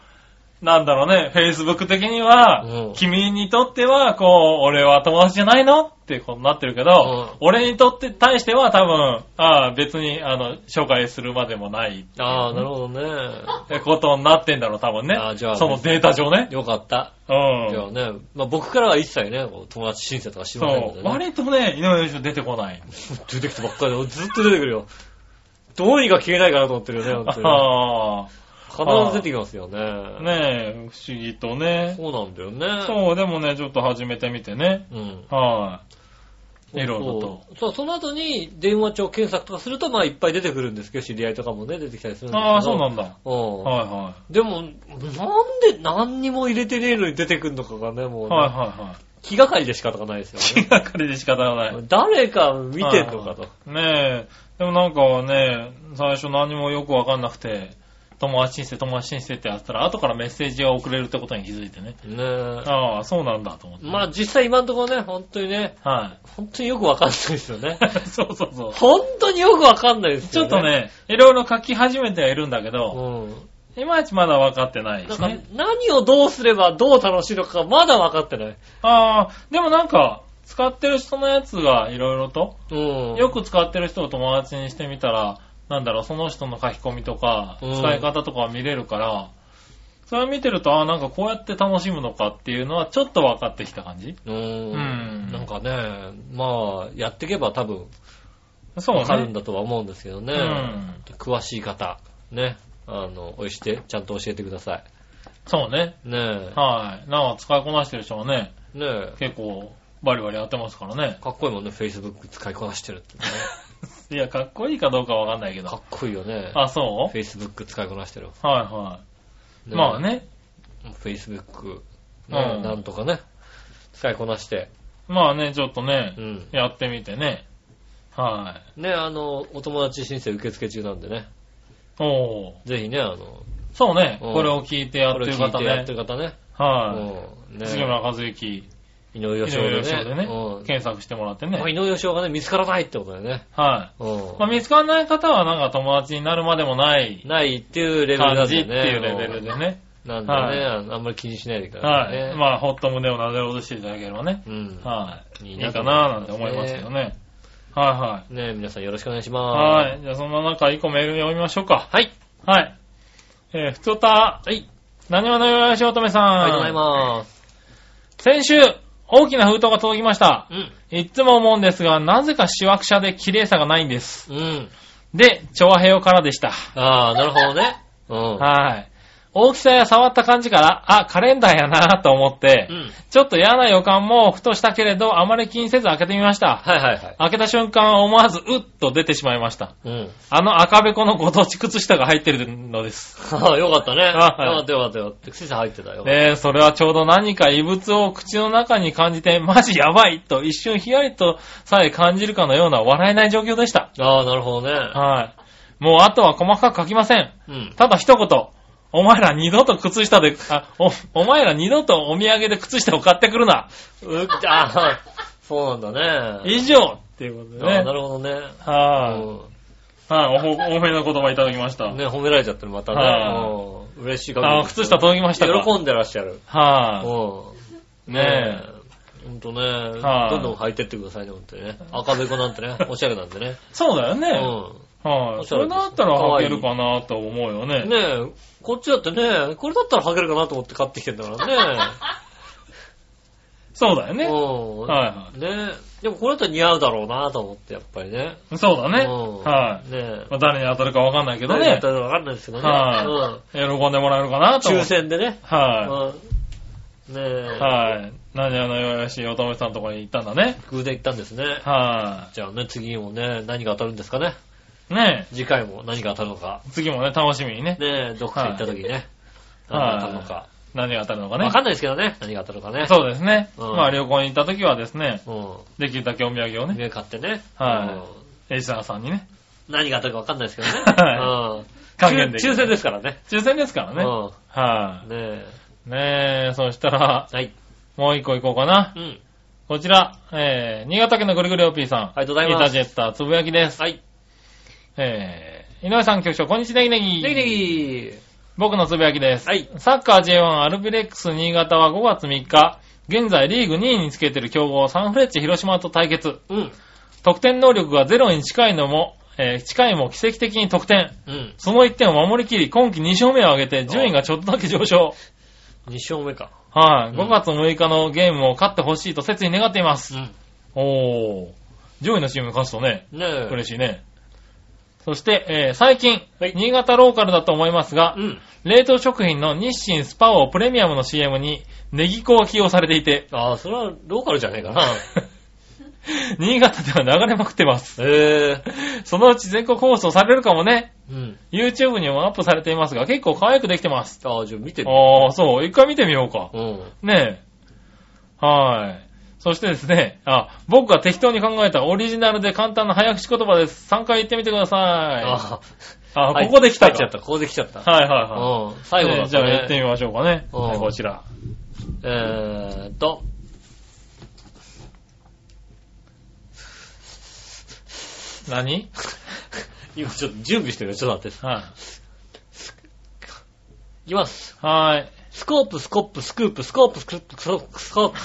なんだろうね、Facebook 的には、うん君にとっては、こう、俺は友達じゃないのってことになってるけど、うん俺にとって、対しては多分、ああ、別に、あの、紹介するまでもないああ、なるほどね。ってことになってんだろう、多分ね。ああじゃあそのデータ上ね。よかった。ういやん。ね、まあ僕からは一切ね、こう友達申請とかしそませんのう。で、ね。割とね、井上選手出てこない。出てきたばっかりで、ずっと出てくるよ。どうにか消えないかなと思って るよね、本当にね。あ必ず出てきますよね。あ。ねえ、不思議とね。そうなんだよね。そう、でもね、ちょっと始めてみてね。うん。はい。いろいろと。そう。そう、その後に電話帳検索とかすると、まあいっぱい出てくるんですけど、知り合いとかもね、出てきたりするんですけど。ああ、そうなんだ。うん。はいはでも、なんで何にも入れてねえのに出てくるのかがね、もうい。ね、はいはいはい。気がかりで仕方がないですよ 気ね。がかりで仕方がない。誰か見てんのかと。ねえ。でもなんかね、最初何もよくわかんなくて、友達にして友達にしてってやったら、後からメッセージが送れるってことに気づいてね。ねえ。ああ、そうなんだと思って。まあ実際今のところね、本当にね、は本当によくわかんないですよね。い。 そうそうそう。本当によくわかんないですちょよっと。ね、いろいろ書き始めてはいるんだけど、ういまいちまだ分かってないん。でなんすかね。何をどうすればどう楽しいのかまだわかってない。ああ、でもなんか、使ってる人のやつがいろいろと、うん。よく使ってる人を友達にしてみたら、なんだろう、その人の書き込みとか、うん使い方とかは見れるから、それを見てると、ああ、なんかこうやって楽しむのかっていうのはちょっと分かってきた感じうーうんん。なんかね、まあ、やっていけば多分、そうね。わかるんだとは思うんですけどね。うん詳しい方、ね、あの、おいして、ちゃんと教えてくださそうね。い。ねはい。なんか使いこなしてる人はね、え、ね結構バリバリやってますからねえ、。かっこいいもんね、Facebook 使いこなしてるって ね。いや、かっこいいかどうかわかんないけかど。っこいいよね。あ、そう Facebook 使いこなしてる。はいはねえい。まあ。ね。 Facebook、ねうんなんとかね、使いこなして。まあね、ちょっとねう、ん。やってみてね。はねえ、あの、お友達申請受付中なんでね、い。おー。ぜひね、あの、そうね。うんこれを聞いてやっこてれる聞い方てやっねて。る方ね、はうんい。ね杉村和之、井上井義雄上で義雄でねねうん、検索してもらってねまあ。井上義雄がね、見つからないってことだよね。はい。うんまあ、見つからない方はなんか友達になるまでもないないっていうレベルな感んじでっね。ていうレベルでね。なんでね、はいあのあんまり気にしないでくださはいね。い。まあ、ほっと胸をなで下ろしていただければね。うん。はい。いいいいなかななんて思いますけどね。はいはい。ね皆さんよろしくお願いしまはす。い。じゃあ、そんな中、1個メール読みましょうか。はい。はい。えー、ふつおた、はい。何話のよらしおとめさん。ありがとうございます。先週、大きな封筒が届きました。うん。いっつも思うんですが、なぜかシワくしゃで綺麗さがないんです。うん。で、調和平和からでした。ああ、なるほどね。うん。はい。大きさや触った感じから、あ、カレンダーやなと思って、うん。ちょっと嫌な予感もふとしたけれど、あまり気にせず開けてみました。はいはいはい。開けた瞬間、思わず、うっと出てしまいました。うん。 あの赤べこのご当地靴下が入ってるのです。ああ、よかったね。よはいかったよかったよかった。靴下入ってたよ。ねえ、それはちょうど何か異物を口の中に感じて、マジやばいと一瞬ひやりとさえ感じるかのような笑えない状況でした。ああ、なるほどね。はい。もうあとは細かく書きません。うん。ただ一言。お前ら二度と靴下で、あ、お、お前ら二度とお土産で靴下を買ってくるな。うっあ あ、そうなんだね。以上っていうことでああ、なね。るほどね。はい。うはい、おほ、おめの言葉いただきました。んね、褒められちゃってる、またねは。うん嬉しいあ、靴下届きましたか。喜んでらっしゃる。はうい。ん。ねえ。え。ほんとね、はいどんどん履いてってくださいね、ほんとにね。赤べこなん てね、おしゃれなんでね。そうだよね。うはい。おしそゃれれですだったら履けるかなと思うよね。ん。ねえ、こっちだってね、これだったら履けるかなと思って買ってきてんだからそうだよね。 ね。うん。はねえ。でもこれだったら似合うだろうなと思って、やっぱりね。い。そうだね。うんはい。ねえ。まあ、誰に当たるかわかんないけど何やっねた。らわかんないですけどね。はいうん。喜んでもらえるかなと思抽って。選でね。はうん。ねい。え。はい。何やのよやしい乙女さんのとこに行ったんだね。偶然行ったんですね。はじゃあね、次もね、何が当たるんですかね。い。ね次回も何が当たるのか。え。次もね、楽しみにね。ねえ、どっか行った時にね。何はいが当たるのか。何が当たるのかわね。かんないですけどね。何が当たるかね。 そうですね。うんまあ、旅行に行った時はですね、う。できるだけお土産をん。ね、夢買ってね。はうんエジサーさんにね、何が当たるかわかんないですけどね。は還うん抽元できる抽選ですからね。抽選ですからうね。ん。はねい。ねえ、そしたら、え。はい。もう一個行こうかな。うん。こちら、えー、新潟県のぐるぐるおっぴーさん。ありがとうございますイタジェッターつぶやきです。はい。えー、井上さん局長、こんにちは、ネギネギ。ネギネギ僕のつぶやきです。はい。サッカー J1 アルビレックス新潟は5月3日、現在リーグ2位につけている強豪サンフレッチェ広島と対決。うん。得点能力がゼロに近いのも、えー近いも奇跡的に得点。うん。その1点を守りきり、今季2勝目を挙げて、順位がちょっとだけ上昇。 2勝目か。はい、うん5月6日のゲームを勝ってほしいと切に願っています。ん。おー。上位のチームが勝つとね、ねえ。嬉しいね。そして、えー最近、はい新潟ローカルだと思いますが、うん。冷凍食品の日清スパオプレミアムの CM にネギ粉を起用されていて、 ああ、それはローカルじゃねえかな。新潟では流れまくってます。ええ。そのうち全国放送されるかもね。うん。 YouTube にもアップされていますが、結構可愛くできてます。ああ、じゃあ見てみよああ、そう。一回見てみようかう。。うん。ねえ。はい。そしてですね、あ、僕が適当に考えたオリジナルで簡単な早口言葉です。3回言ってみてください。あ、あここで来た入っちゃっ。かた。ここで来ちゃった。はいはいはうい。ん。最後だえーじゃあやってみましょうかね。うんはいこちら。えーっと。何今ちょっと準備してるよ、ちょっと待って。はいきます。い。はい。 スコープ、スコップ、スクープ、スコープ、スクープ、スコープ、スコープ。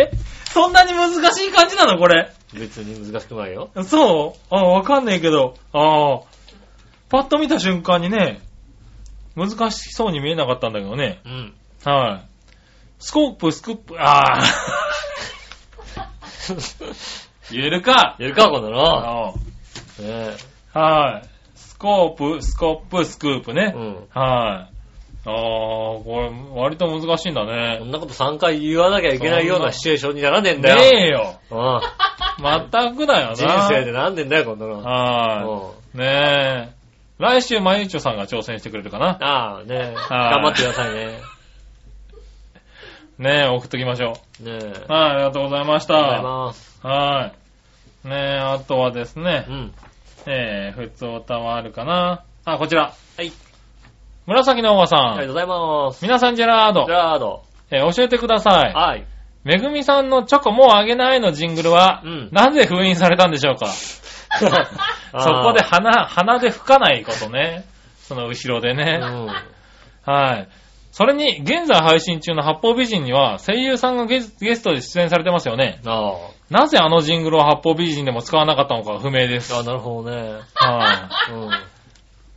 え、そんなに難しい感じなのこれ。別に難しくないよ。そうあ、わかんねえけど。ああ。パッと見た瞬間にね、難しそうに見えなかったんだけどね。うん。はい。スコープ、スクープ、ああ 言えるか やるか、こんなの。あねあはい。スコープ、スコープ、スクープえね。うん。はい。ああ、これ、割と難しいんだこね。んなこと3回言わなきゃいけないようなシチュエーションにならねえんだよ。ねえよ。うん。全くだよな。人生でなんでんだよ、こんなの。はうんい。ねえ。来週、まゆちょさんが挑戦してくれるかな。ああ、ねえ。頑はい張ってくださいね。ねえ、送っときましょねえ。ありがとうう。はい、ありがとうございましございた。ます。はい。ねえ、あとはですねう、ん。えー、普通おたはあるかな。あ、こちら。はい。紫のおばさ。ありがとうんございます。皆さん、ジェラードジェ。ラード。えー、教えてください。はい。めぐみさんのチョコもうあげないのジングルは、うんなぜ封印されたんでしょうか そこで鼻、鼻で吹かないことね。その後ろでうね。ん。はい。それに、現在配信中の八方美人には、声優さんがゲスゲストで出演されてますよね。ああ。なぜあのジングルを八方美人でも使わなかったのか不明です。ああ、なるほどね。はいうん。うん。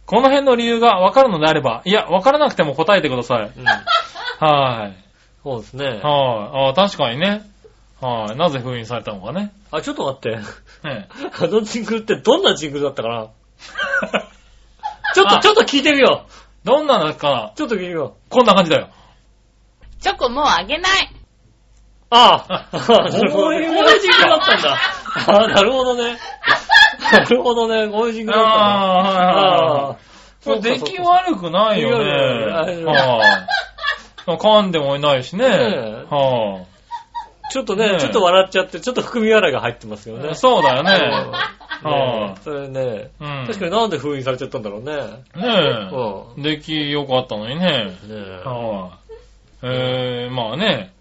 この辺の理由がわかるのであれば、いや、わからなくても答えてください。はい。そうですね。はい。あ確かにね。はい。なぜ封印されたのかね。あ、ちょっと待って。 ねあのジングルってどんなジングルだったかなちょっと、ちょっと聞いてみよう。どんなのかなちょっと聞いてみよう。こんな感じだよ。チョコもうあげない。ああ、 ここうういいううジングルだったんだ。ああ、なるほどね。なるほどね、こういうジングルだったんだ。ああ、はいはいはいあ。これ出来悪くないよいいよねね。はい。噛んでもいないしね。ねえはちょっとねね、えちょっと笑っちゃって、ちょっと含み笑いが入ってますよね。い。そうだよね。うんはねえそれね、うん確かになんで封印されちゃったんだろうね。ねうえ。出来良かったのにね。ん。ねえはい。えー、まあね。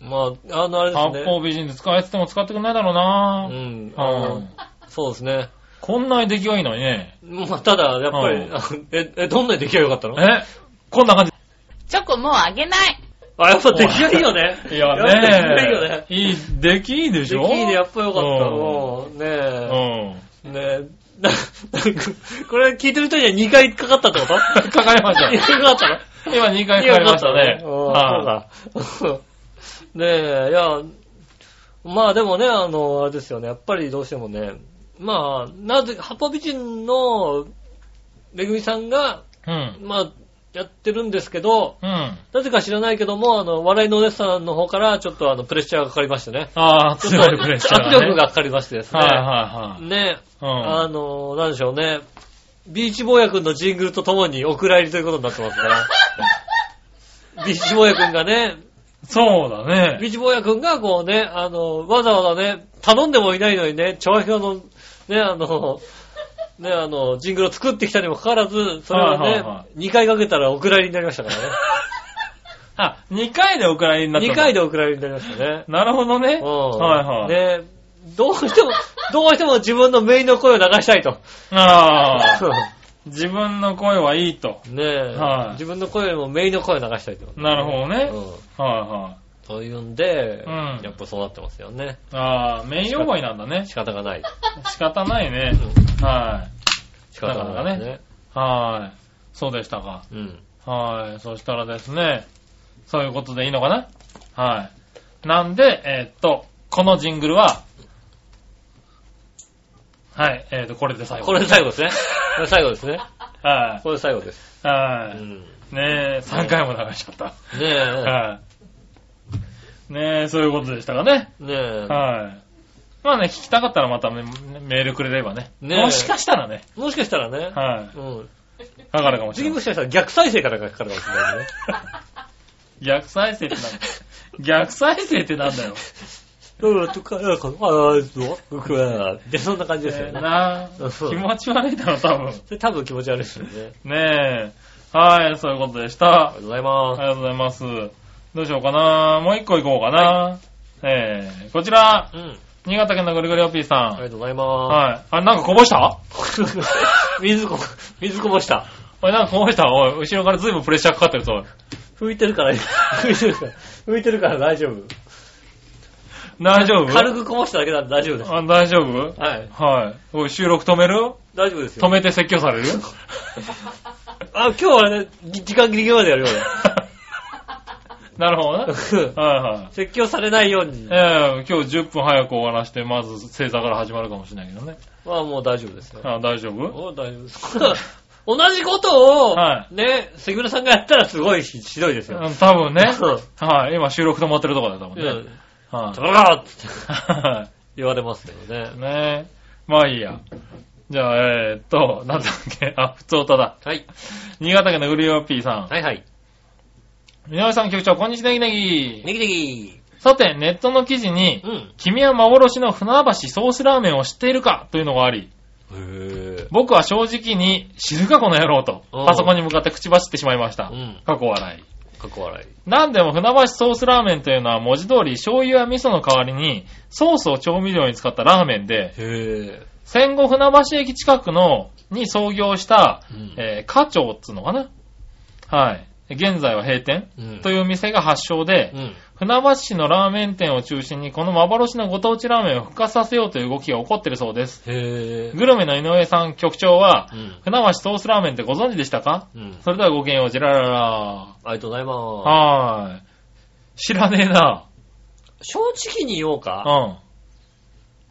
まあ、あの、あれ八です方ね。美人で使えてても使ってくれないだろうなう。ん。あはのい。そうですね。こんなに出来がいいのにね。まあ、ただ、やっぱりう、んあ え、え、どんなに出来が良かったのえこんな感じ。チョコもうあげない。あ、やっぱ出来がいいよね。いややっぱ出来がいいよねね。。いい、出来いいでし出ょ来いいね、やっぱ良かった。うんもう、ねえ。うん。ねえ、な、なんか、これ聞いてる人には2回かかったってこと かかりました2回かかったの今2回かかりましたね。はいうんそうだ。ねえ、いや、まあでもね、あの、あれですよね、やっぱりどうしてもね、まあ、なぜ、ハポ美人の、めぐみさんが、うん。まあ、やってるんですけど、うん。なぜか知らないけども、あの、笑いのお姉さんの方から、ちょっとあの、プレッシャーがかかりましてね。ああ、ちょ強っいプレッシとャー、ね。圧力が。かかりましてですね。はいねえ、はいはあの、なんでしょうね。ビーチ坊やくんのジングルとともにお蔵入りということになってます から。ビーチ坊やくんがね、い。そうだビね。ーチ坊やくんがこうね、あの、わざわざね、頼んでもいないのにね、調和表の、ね、あの、ね、あの、ジングルを作ってきたにもかかわらず、それをはいはね、いは2回かけたらお蔵入りになりましたからあ、2回でお蔵入りになったね。の。 2回でお蔵入りになりましたね。なるほどね。うん。はいはい。ね、どうしても、どうしても自分のメインの声を流したいと。あ あ、自分の声はいいと。ねえ、はい自分の声よりもメインの声を流したいってこと、なるほどね。うん。はそういうんで、うんやっぱそうなってますよね。いはい。ああ、メイン要イなんだね。仕方がない。仕方ないね。は仕方がないですね。い。はい。そうでしたか。うん。はい。そしたらですね、そういうことでいいのかなはい。なんで、えーっと、このジングルは、はい、えーっと、これで最後。これで最後ですね。これ最後ですね。はこれで最後です。い。うはん。い。ねえ、3回も流しちゃっねえ、た。はい。ねえ、そういうことでしたかね。ねえ、はい。まあね、聞きたかったらまたメメールくれればね。ねえもしかしたらね。もしかしたらね、はい。うん。かかるかもし次れなもい。しかしたら逆再生からがかかるかもしれないね。逆再生ってなんだ逆再生ってなんだよ。うん、とか、うん、このあーそう僕は、で、そんな感じですよえーね。なあそう気持ち悪いだろ、多分。それ多分気持ち悪いですよね。ねえ。はい、そういうことでしたあ。りがとうございありまがとうございます。どうしようかな。もう一個いこうかな。えー、こちらす。、うん。新潟県のぐるぐるおっぴーありさがとうございん。まはい。あれ、なんかこぼしたす。 水こ、水こぼした。おい、なんかこぼしたおい、後ろからずいぶんプレッシャーかかってる ぞ。拭いてるから、拭いてるから、拭いてるから大丈夫。大丈夫軽くこぼしただけなんで大丈夫です。あ、大丈夫はい。はい。おい、収録止める大丈夫です 止よ。めて説教されるあ、今日はね、ぎ時間ギリギリまでやるよね。なるほどね。はいは い。説教されないように。ええ今日10分早く終わらして、まず正座から始まるかもしれないけどね。まあもう大丈夫ですよ。あ大丈夫もう大丈夫です。同じことを、はね、杉村さんがやったらすごいひひどいですよ。うん多分 ね。そうはい、今収録止まってるとこだったもんね。うん。はとらーってい。 言われますけどね。ねえ。まあいいや。じゃあ、えー、っと、なんだっけ、あ、普通歌だ。はい。新潟県のグリオピーさん。はいはい。井上さん局長、こんにちは、ネギネギ。ネギネギ。さて、ネットの記事にう、ん。君は幻の船橋ソースラーメンを知っているかというのがあり、へえ。僕は正直に知るかこの野郎と、うんパソコンに向かって口走ってしまいましたう。ん。過去笑い。かっこ笑い。なんでも船橋ソースラーメンというのは文字通り醤油や味噌の代わりにソースを調味料に使ったラーメンで、へえ。戦後船橋駅近くの、に創業した、うんえー、花鳥っつうのかなはい。現在は閉店うんという店が発祥でう、ん。船橋市のラーメン店を中心にこの幻のご当地ラーメンを復活させようという動きが起こっているそうです。へえ。グルメの井上さん局長は、うん。船橋ソースラーメンってご存知でしたかうん。それではごきげんよう、ジェラララありがとうございー。まはーい。知らねえな。す。正直に言おうか。うん。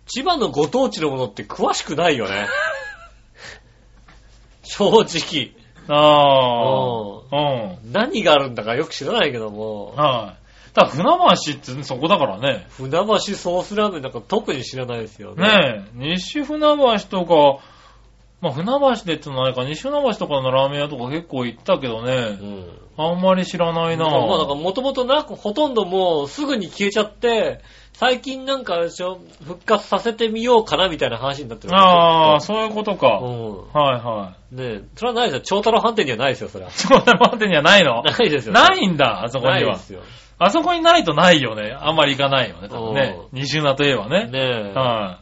千葉のご当地のものって詳しくないよ ね。正直。ああ。うん。何があるんだかよく知らないけども、はい。ただ、船橋ってそこだからね。船橋ソースラーメンなんか特に知らないですよね。ねえ、西船橋とか、まあ、船橋でってのはないか、西船橋とかのラーメン屋とか結構行ったけどうね、ん。あんまり知らないなまあなんかぁ。もともとな、ほとんどもうすぐに消えちゃって、最近なんかあれでしょ、復活させてみようかなみたいな話になってるああ、そそういうことか。うはいん。は ねえ、それはないですよ。長太郎飯店にはないですよ、それは。い。ちょっと待ってんじゃないのないですよ。ないんだ、あそこなにいでは。すよ。あそこにないとないよね。あんまり行かないよね、多分ね。西船といえばね。ねえ。は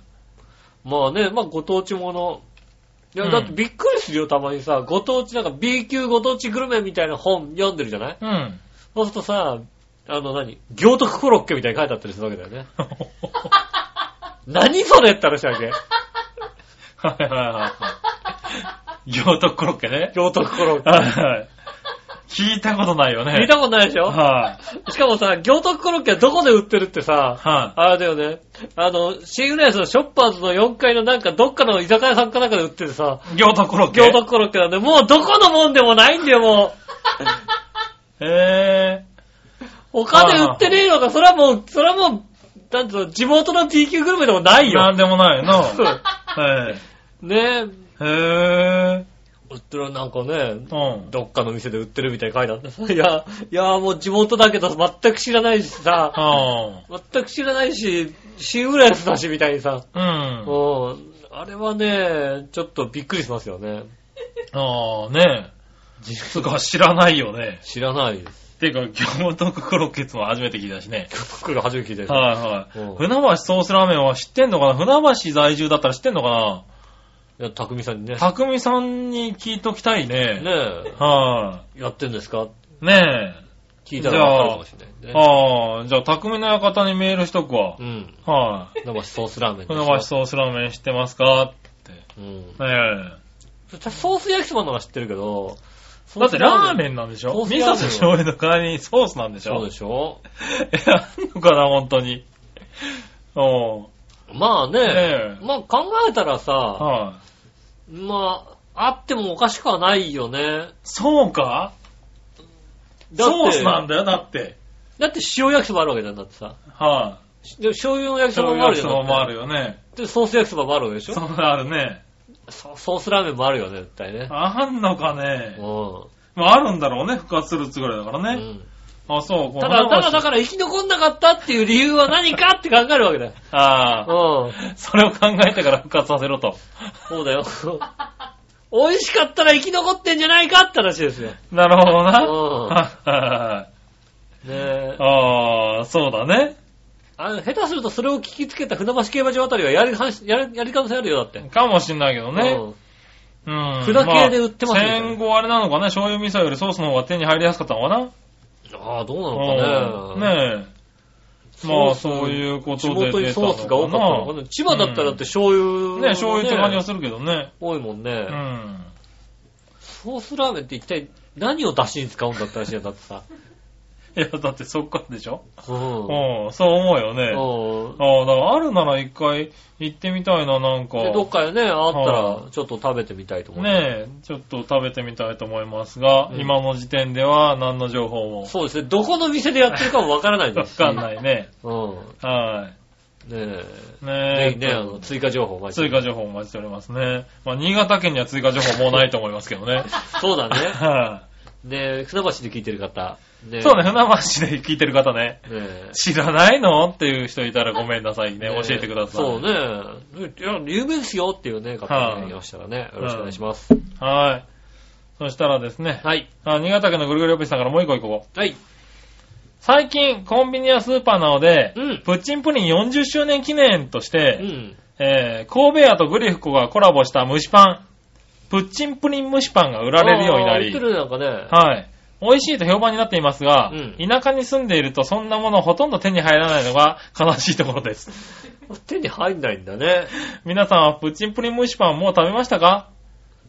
まあね、まあご当地もの。いや、うんだってびっくりするよ、たまにさ、ご当地、なんか B 級ご当地グルメみたいな本読んでるじゃないい。うん。そうするとさ、あの何行徳コロッケみたいに書いてあったりするわけだ よね。何それって話だけ。はいはいはい。行徳コロッケね。行徳コロッケ。はいはい。聞いたことないよね。聞いたことないでしょはい。しかもさ、行徳コロッケはどこで売ってるってさ、はい。あれだよね。あの、シーグレースのショッパーズの4階のなんかどっかの居酒屋さんかなんかで売っててさ、行徳コロッケ。行徳コロッケなんで、もうどこのもんでもないんだよ、もう。へ他で売ってねえのか、それはもう、それはもう、なんつうの、地元の B 級グルメでもなぇいー。なんよ。でもないの。そうはい。ねえ、へぇ売ってるなんかね、ー。うん。どっかの店で売ってるみたいに書いてあったさ。いや、いや、もう地元だけど全く知らないしさ、あ全く知らないし、シーグレースだしみたいにさ、あ。うん。うん、あれはね、ちょっとびっくりしますよね。ああ、ねえ。実が知らないよね。知らないです。 ていうか、行徳コロッケっつも初めて聞いたしね。僕が初めて聞いたやつはいうんはい。船橋ソースラーメンは知ってんのかな船橋在住だったら知ってんのかないや、匠さんにね。匠さんに聞いときたいね。ねはえ、やってんですかい。ね聞いたらわかるかもしれないんでね。え。ああ、じゃあ匠の館にメールしとくわう。ん。はい。船橋ソースラーメンでし船ょ橋ソースラーメン知ってますかうん。ねえ。ソース焼きそばなら知ってるけど、だってラーンメンなんでしソょース味ラーメン噌と醤油の代わりにソースなんでしそうょでしょえ、あんのかな、本当に。おうまあね、ええまあ考えたらさ、はい。まあ、あってもおかしくはないよね。そうかだってソースなんだよ、だって。だって塩焼きそばあるわけじゃん、だってさ。はしで醤油の焼い。きそ醤ばもあ油る焼じきゃそん。ばもあるだよね。ってで、ソース焼きそばもあるわけでしそょうあるね。ソソースラーメンもあるよね、絶対ね。あんのかうね。ん。まあ、あるんだろうね、復活するっつぐらいだからね。あ、そう、うんこたのだ、ただ船橋だから生き残んなかったっていう理由は何かって考えるわけだよ。ああ、うん。 それを考えてから復活させろと。そうだよ。美味しかったら生き残ってんじゃないかって話ですよ。ねなるほどな。うんはいはいはいえ。 ああ、そうだね。あの、下手するとそれを聞きつけた船橋競馬場あたりはやり はし、やり、やり可能性あるよ、だって。かもしんないけどね。うんうん。札系で売ってますよあ戦後あれなのかな醤油味噌よりソースの方が手に入りやすかったのかなああ、どうなのかね。ねねえ。まソあ、ースそういうこと地で出た元にソースが多かったのかな。千葉だったらだって醤油、ねえ、醤油って感じはねするけどね。多いもんうね。ん。ソースラーメンって一体何を出汁に使うんだったらしいよ、だってさ。いや、だってそっからでしょうん。うん、そう思うようね。ん。ああ、だからあるなら一回行ってみたいな、なんか。で、どっかでね、あったはら、ちょっと食べてみたいと思う。ねえ、ちょっと食べてみたいと思いますが、うん今の時点では何の情報もそうですね。どこの店でやってるかもわからないでわすし。かんないね。うん。はねい。え。ぜねえ。ひね、あの、追加情報お待ちして追加情報お待ちしておりますね。まあ、新潟県には追加情報もうないと思いますけど ね。そうだね。はで、船橋で聞いてる方。い。ねそうね、船橋で聞いてる方ね。ねえ。知らないのっていう人いたらごめんなさいね。教えてください。そう。ね。いや、有名ですよっていうね、方がいらっしゃらね。よろしくお願いします。はい。そしたらですね。はい。あ、新潟県のぐるぐるおっぴーさんからもう一個行こう。はい。最近、コンビニやスーパーなどで、うん。プッチンプリン40周年記念として、うん。えー、神戸屋とグリフコがコラボした蒸しパン、プッチンプリン蒸しパンが売られるようになあー売っりて、るねなんかね。はい。美味しいと評判になっていますが、うん田舎に住んでいるとそんなものほとんど手に入らないのが 悲しいところです。手に入んないんだね。皆さんはプッチンプリン蒸しパンもう食べましたか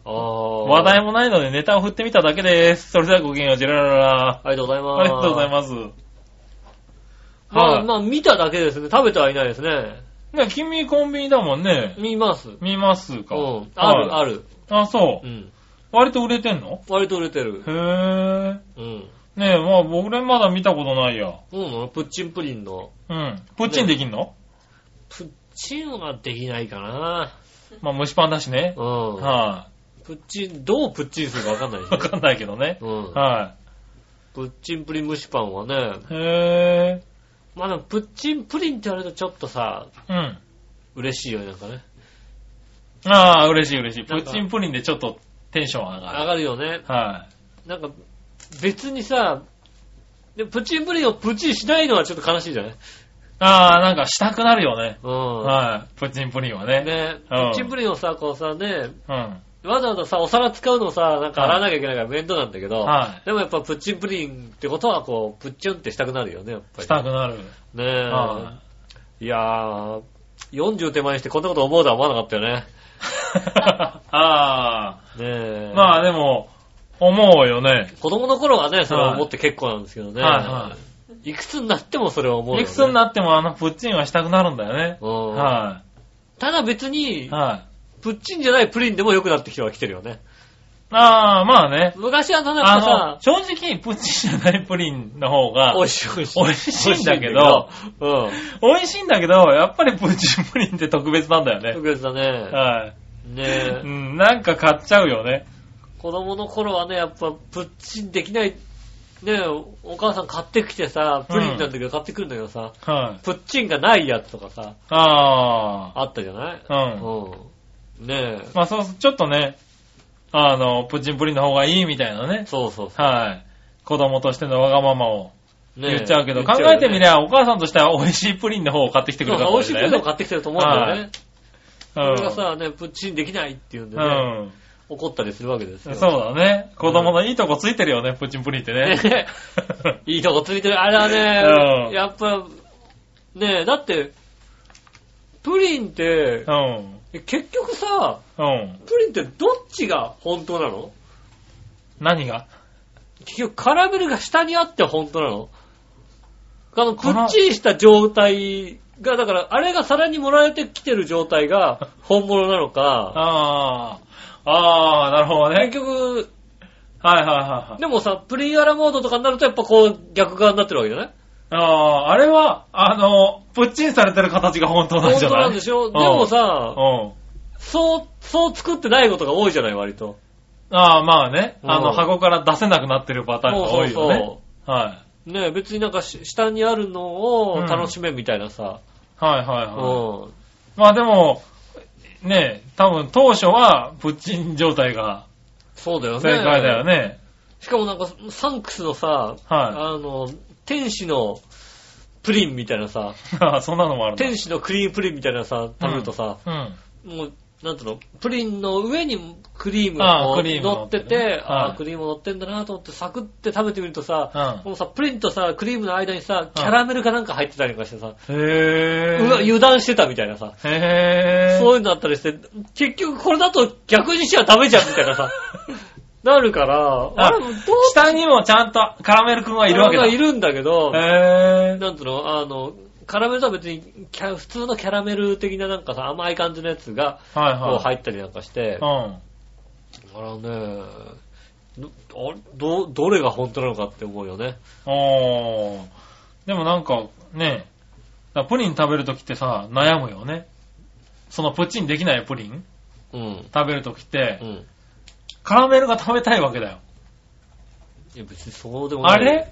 ああ。話題もないのでネタを振ってみただけです。それではごきげんよう、ジェラララ。ありがとうございます。ありがとうございます。まあ、はいまあ、見ただけですね。食べてはいないですね。ね、君コンビニだもんね。見ます。見ますか。うん。ある、はいある。あ、そうう。ん。割と売れてんの割と売れてるへ。ー。うん。ねえ、まあ僕らまだ見たことないや。うん、プッチンプリンの。うん。プッチンできんの、プッチンはできないかな。まあ蒸しパンだしね。うん。はプッチン、どうプッチンするかわかんないでい、す わね。かんないけどね。うん。はプッチンプリン蒸しパンはね、い、へまあでもプッチンプリンって言われるとちょっとさ、ぇー。うん。嬉しいよね、なんかね。ああ、嬉しい嬉しい。プなんかッチンプリンでちょっとテンション上が上る。がるよね。はなんか、別にさ、でプッチンプリンをプッチンしないのはちょっと悲しいじゃないい、ああ、なんかしたくなるよね。うん。はい、プッチンプリンはね。ね、プうんッチンプリンをさ、こうさ、ね、うん。わざわざさ、お皿使うのさ、なんか洗わなきゃいけないから面倒なんだけど、はいでもやっぱプッチンプリンってことは、こう、プッチュンってしたくなるよね、やっぱり。したくなる。ねう え、ん。いやー、40手前にしてこんなこと思うとは思わなかったよね。あねえ。あ、まあでも、思うよね。子供の頃はね、それをはい思って結構なんですけどね。、はいはいくつになってもそれを思うよ、いね。くつになってもあのプッチンはしたくなるんだよね。うんはただ別い、に、はい、プッチンじゃないプリンでも良くなってきては来てるよね。ああ、まあね。昔はなんかあの、さ、正直、プッチンじゃないプリンの方が、美味しい美味しい。美味しいんだけど美味しいんだけど、うん。美味しいんだけど、やっぱりプッチンプリンって特別なんだよね。特別だね。はい。ねうえ。ん、なんか買っちゃうよね。子供の頃はね、やっぱ、プッチンできない、ねえ、お母さん買ってきてさ、プリンなんだけど買ってくるんだけどさ、はい。プッチンがないやつとかさ、ああったじゃないあ、うん。うん。ねまあそう、ちょっとね、あの、プッチンプリンの方がいいみたいなえ。ね。そうそうそはい。子供としてのわがままをう。ねえ言っちゃうけど、考えてみりゃゃ、お母さんとしては美味しいプリンの方を買ってきてくそうれたそう美かも味ししいプれリンでないもね。買ってきてると思うんだよはね。うそんれがさ、ね、プッチンできないっていうんでうね、ん。怒ったりするわけですよ。そうだね。子供のいいとこついてるよね、プッチンプリンってね。ね いいとこついてる。あれはね、うんやっぱ、ねえ、だって、プリンってう、ん。結局さ、うん。プリンってどっちが本当なの何が結局カラメルが下にあって本当なのあの、プカラッチリした状態が、だから、あれが皿に盛られてきてる状態が本物なのか、ああ、ああ、なるほど結ね。局、はいはいはいはい。でもさ、プリンアラモードとかになるとやっぱこう逆側になってるわけじゃないああ、あれは、あの、プッチンされてる形が本当なん本じゃ当ないなんでしょでも、うさん。、うんそう、そう作ってないことが多いじゃない、割と。ああ、まあね。あうの、ん箱から出せなくなってるパターンが多いよね。そうはい。そう。ねえ別になんかし下にあるのを楽しめみたいなさ。はいはいうはん。い。まあでも、ね多分当初はプッチン状態がそうだよね。正解だよね。 しかもなんか、サンクスのさ、あの、天使のプリンみたいなさ、ああ、そんなのもあるんだ天使のクリームプリンみたいなさ、食べるとさ、うん。もう、なんていうの、プリンの上にクリームがああこうクリーム乗乗っっててて、ねあはあ、いクリーム乗ってんだなと思って、サクって食べてみるとさ、うんこのさ、プリンとさ、クリームの間にさ、キャラメルかなんか入ってたりとかしてさ、へうえ。わ、油断してたみたいなさ、へえ。 そういうのあったりして、結局これだと逆にしちゃダメじゃんみたいなさ、なるから、ああれもどう下にもちゃんとカラメルくんはいるわけだ。いるんだけど、へぇなんつうの、あの、カラメルとは別にキャ、普通のキャラメル的ななんかさ、甘い感じのやつが、ー。はいこうは入い。ったりなんかして、うあん。らね、ど、あれど、どれが本当なのかって思うよね。おー。でもなんか、ね、だからプリン食べるときってさ、悩むよね。そのプチンできないプリンうん。食べるときっうて、ん。カラメルが食べたいわけだよ。いや、別にそうでもない。あれ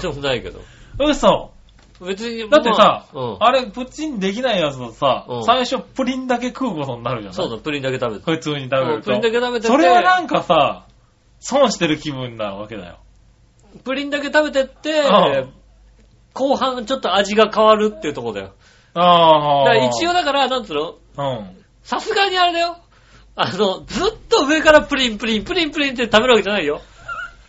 そうでもないけど。嘘別に、だってさ、まあうん。あれ、プチンできないやつだとさ、うん最初プリンだけ食うことになるじゃないそうだ、プリンだけ食べて。普通に食べうるんと。プリンだけ食べててそれはなんかさ、損してる気分なわけだよ。プリンだけ食べてってうん、後半ちょっと味が変わるっていうところだよ。だあからあ。一応だから、なんつうのうん。さすがにあれだよ。あの、ずっと上からプリンプリンプリンプリンって食べるわけじゃないよ。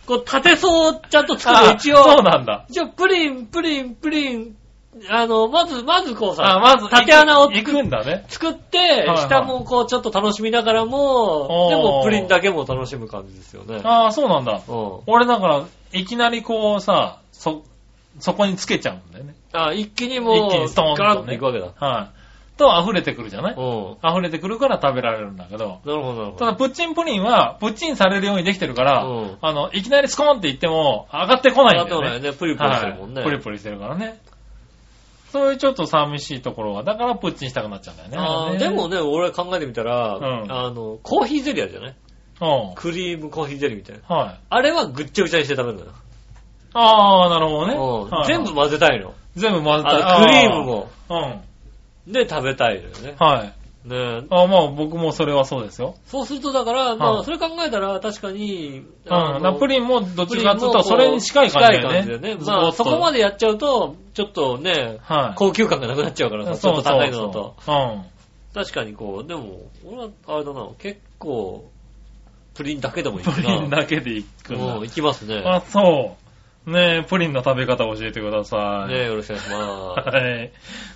こう、縦層をちゃんと作る。あ一そう応、なんだ。一応プリンプリンプリン、あの、まず、まずこうあさ、まず、縦穴を行くんだね。作っいては、い下もこう、ちょっと楽しみながらもお、ーでもプリンだけも楽しむ感じですよね。ああ、そうなんだ。うん。俺だから、いきなりこうさ、そ、そこにつけちゃうんだよね。あ、一気にも一気にう、ストーンとねガンっていくわけだ。はい。と、溢れてくるじゃないうん。溢れてくるから食べられるんだけど。なるほど、なるほたど。だ、プッチンプリンは、プッチンされるようにできてるから、うんあの、いきなりスコーンって言っても、上がってこないんだとよね。ね、プリプリしてるもんね。はいプリプリしてるからね。そういうちょっと寂しいところは、だからプッチンしたくなっちゃうんだよね。あーでもね、俺考えてみたら、うんあの、コーヒーゼリーあるじゃないうん。クリームコーヒーゼリーみたいな。はい。あれはぐっちゃぐちゃにして食べるのよ。ああ、なるほどね。うんはい全部、混ぜたいの。全部混ぜたあのクリーム。も。あーで、食べたいのよねうん。。はい。ねあまあ、僕もそれはそうですよ。そうすると、だから、まうあ、んそれ考えたら、確かに、うん。あのナプリンもどっプちリンかもというと、それに近い感じだよね。近い感じだよね。まあ、そこまで。でやっちゃうと、ちょっとね、はい。高級感がなくなっちゃうからさ、ちょっと高いのだと。そうそううん。確かにこう、でも、俺は、あれだな、結構、プリンだけでもいいな。プリンだけでいくもうん、んいきますね。だ。あ、そう。ねえ、プリンの食べ方教えてください。ねよろしくお願いしまはい。ね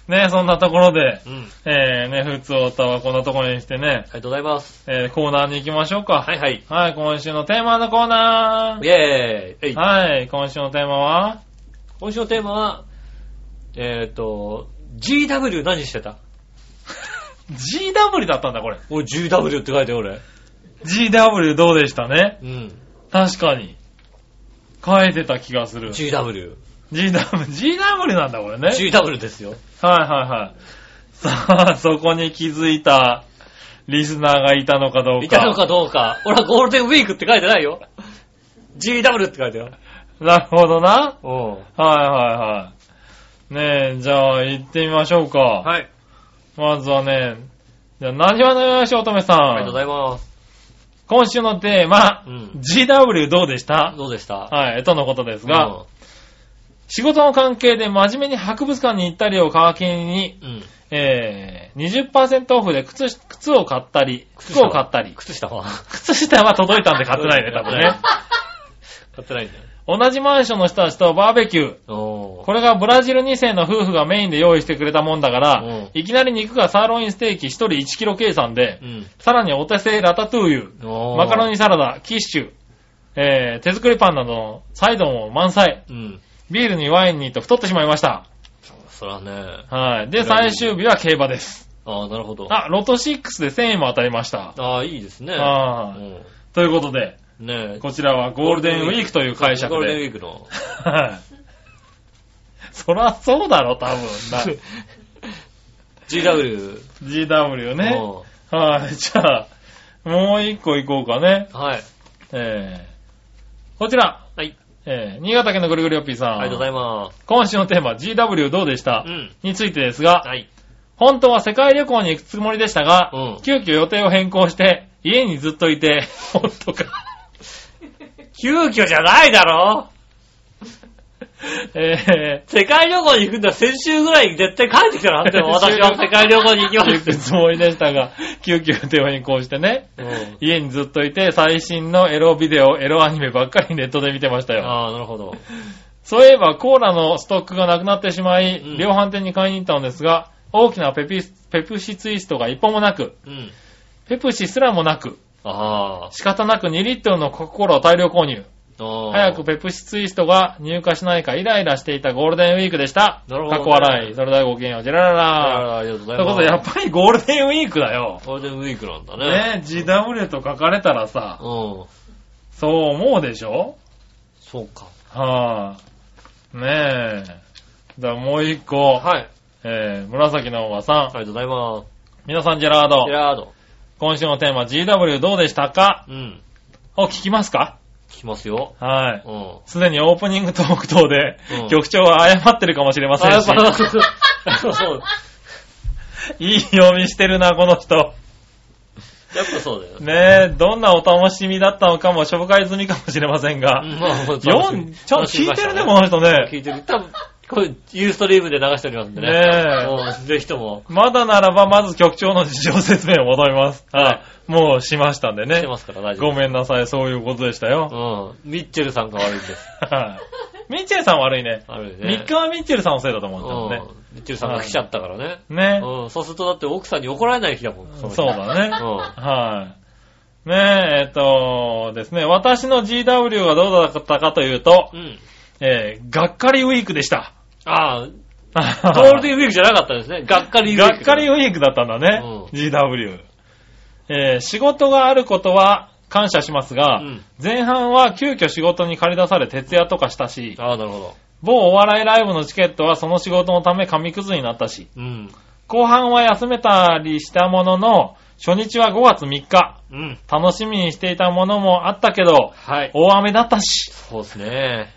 え、そんなところで、す。うん。えー、ね、普通おたはこんなところにしてねあ、りがとうございます。えー、コーナーに行きましょうか。はいはい。はい、今週のテーマのコーナイェーイえー。いはい、今週のテーマは、今週のテーマは、えっ、と、GW 何してた GW だったんだ、これ。俺 GW って書いてよ、俺。 GW どうでしたねうん。確かに。書いてた気がする。 GW。 GW、GW なんだ、これね。 GW ですよ。はいはいはい。さあ、そこに気づいたリスナーがいたのかどうか。いたのかどうか。俺はゴールデンウィークって書いてないよ。GW って書いてよ。なるほどな。うん。はいはいはい。ねえ、じゃあ行ってみましょうか。はい。まずはね、じゃあ、なにわのよしおとめさありがとうございん。ます。今週のテーマ、うん GW どうでしたどうでしたはい、とのことですが、うん仕事の関係で真面目に博物館に行ったりを皮切りに、うん。えー、20%オフで靴し、靴を買ったり、靴服下を買ったり。靴下は靴下は届いたんで買ってないね、多分ね。買って ないんだよ。同じマンションの人たちとバーベキュー。おーこれがブラジル2世の夫婦がメインで用意してくれたもんだから、うんいきなり肉がサーロインステーキ1人1キロ計算で、うん。さらにお手製ラタトゥーユ、おーマカロニ。サラダ、キッシュ、えー、手作りパンなどのサイドも満載、うん。ビールにワインにと太ってしまいました。そらね。はい。で、最終日は競馬です。ああ、なるほど。あ、ロト6で1000円も当たりました。ああ、いいですね。うはい。んということで、ねえ。こちらはゴールデンウィークという解釈ゴールデンで。ウィークの。はい。そらそうだろ、多分 な。 GW。 GW ね。うんはい、じゃあ、もう一個行こうかね。はい。えー、こちら。はい。えー、新潟県のぐるぐるよっぴーさん。ありがとうございます。今週のテーマ、GW どうでした、うん。についてですが、はい。本当は世界旅行に行くつもりでしたが、うん急遽予定を変更して、家にずっといて、 本当か。急遽じゃないだろ え世界旅行に行くんだ。先週ぐらいに絶対帰ってきたら、でも私 は世界旅行に行きまー、行くす。つもりでしたが、急遽予定を変更してね、うん家にずっといて、最新のエロビデオ、エロアニメばっかりネットで見てましたよ。ああ、なるほど。そういえばコーラのストックがなくなってしまい、うん量販店に買いに行ったのですが、大きなペピペプシツイストが一本もなく、うん。ペプシすらもなく、あ仕方なく2リットルのコカ・コーラを大量購入。あ。早く。ペプシツイストが入荷しないかイライラしていたゴールデンウィークでした。なるほどねかっこ笑い。それではごきげんよう。ジェラララあありがとうごとざいいうまこす。とで、やっぱりゴールデンウィークだよ。ゴールデンウィークなんだね。ね、GW と書かれたらさ、うん。そう思うでしょそうか。はぁ、ねえ。じゃあもう一個。はい。えー、紫のおばさありがん。とうございます。皆さん、ジェラードジェ。ラード。今週のテーマ、GW どうでしたかうん。を聞きますか聞きますよ。はい。うん。すでにオープニングトーク等で、うん局長は謝ってるかもしれませあ、やんっし、ぱ、そう。いい読みしてるな、この人。やっぱそうだよ。ねえ、どんなお楽しみだったのかも紹介済みかもしれませんが、うんまあ、もうよん、ちゃんと聞いてるね、この人聞ね。いてる。多分、これ、ユーストリームで流しておりますんでね。ねうんぜひとも、まだならば、まず局長の事情説明を戻ります。はあ、もうしましたんでしねて。ますから、大丈ごめんなさい、そういうことでしたよ。夫。うん。ミッチェルさんが悪いです。はい ミッチェルさん悪いね。悪いね。 3日はミッチェルさんのせいだと思うんだようん。ミッチェルさんが来ちゃったからね。ね。ね。うん。そうすると、だって奥さんに怒られない日だもん。の日そうだね。うはい。ねえ、えっとですね、私の GW はどうだったかというと、ん。うん。えー、がっかりウィークでした。ああ、ゴゴールデンウィークじゃなかったですね。がっかりウィーがっク。かりウィークだったんだね、う GW。えー、仕事があることは感謝しますが、うん前半は急遽仕事に駆り出され徹夜とかしたし、ああ、なるほど。某お笑いライブのチケットはその仕事のため紙くずになったし、うん。後半は休めたりしたものの、初日は5月3日、うん。楽しみにしていたものもあったけど、はい。大雨だったし、そうです ね。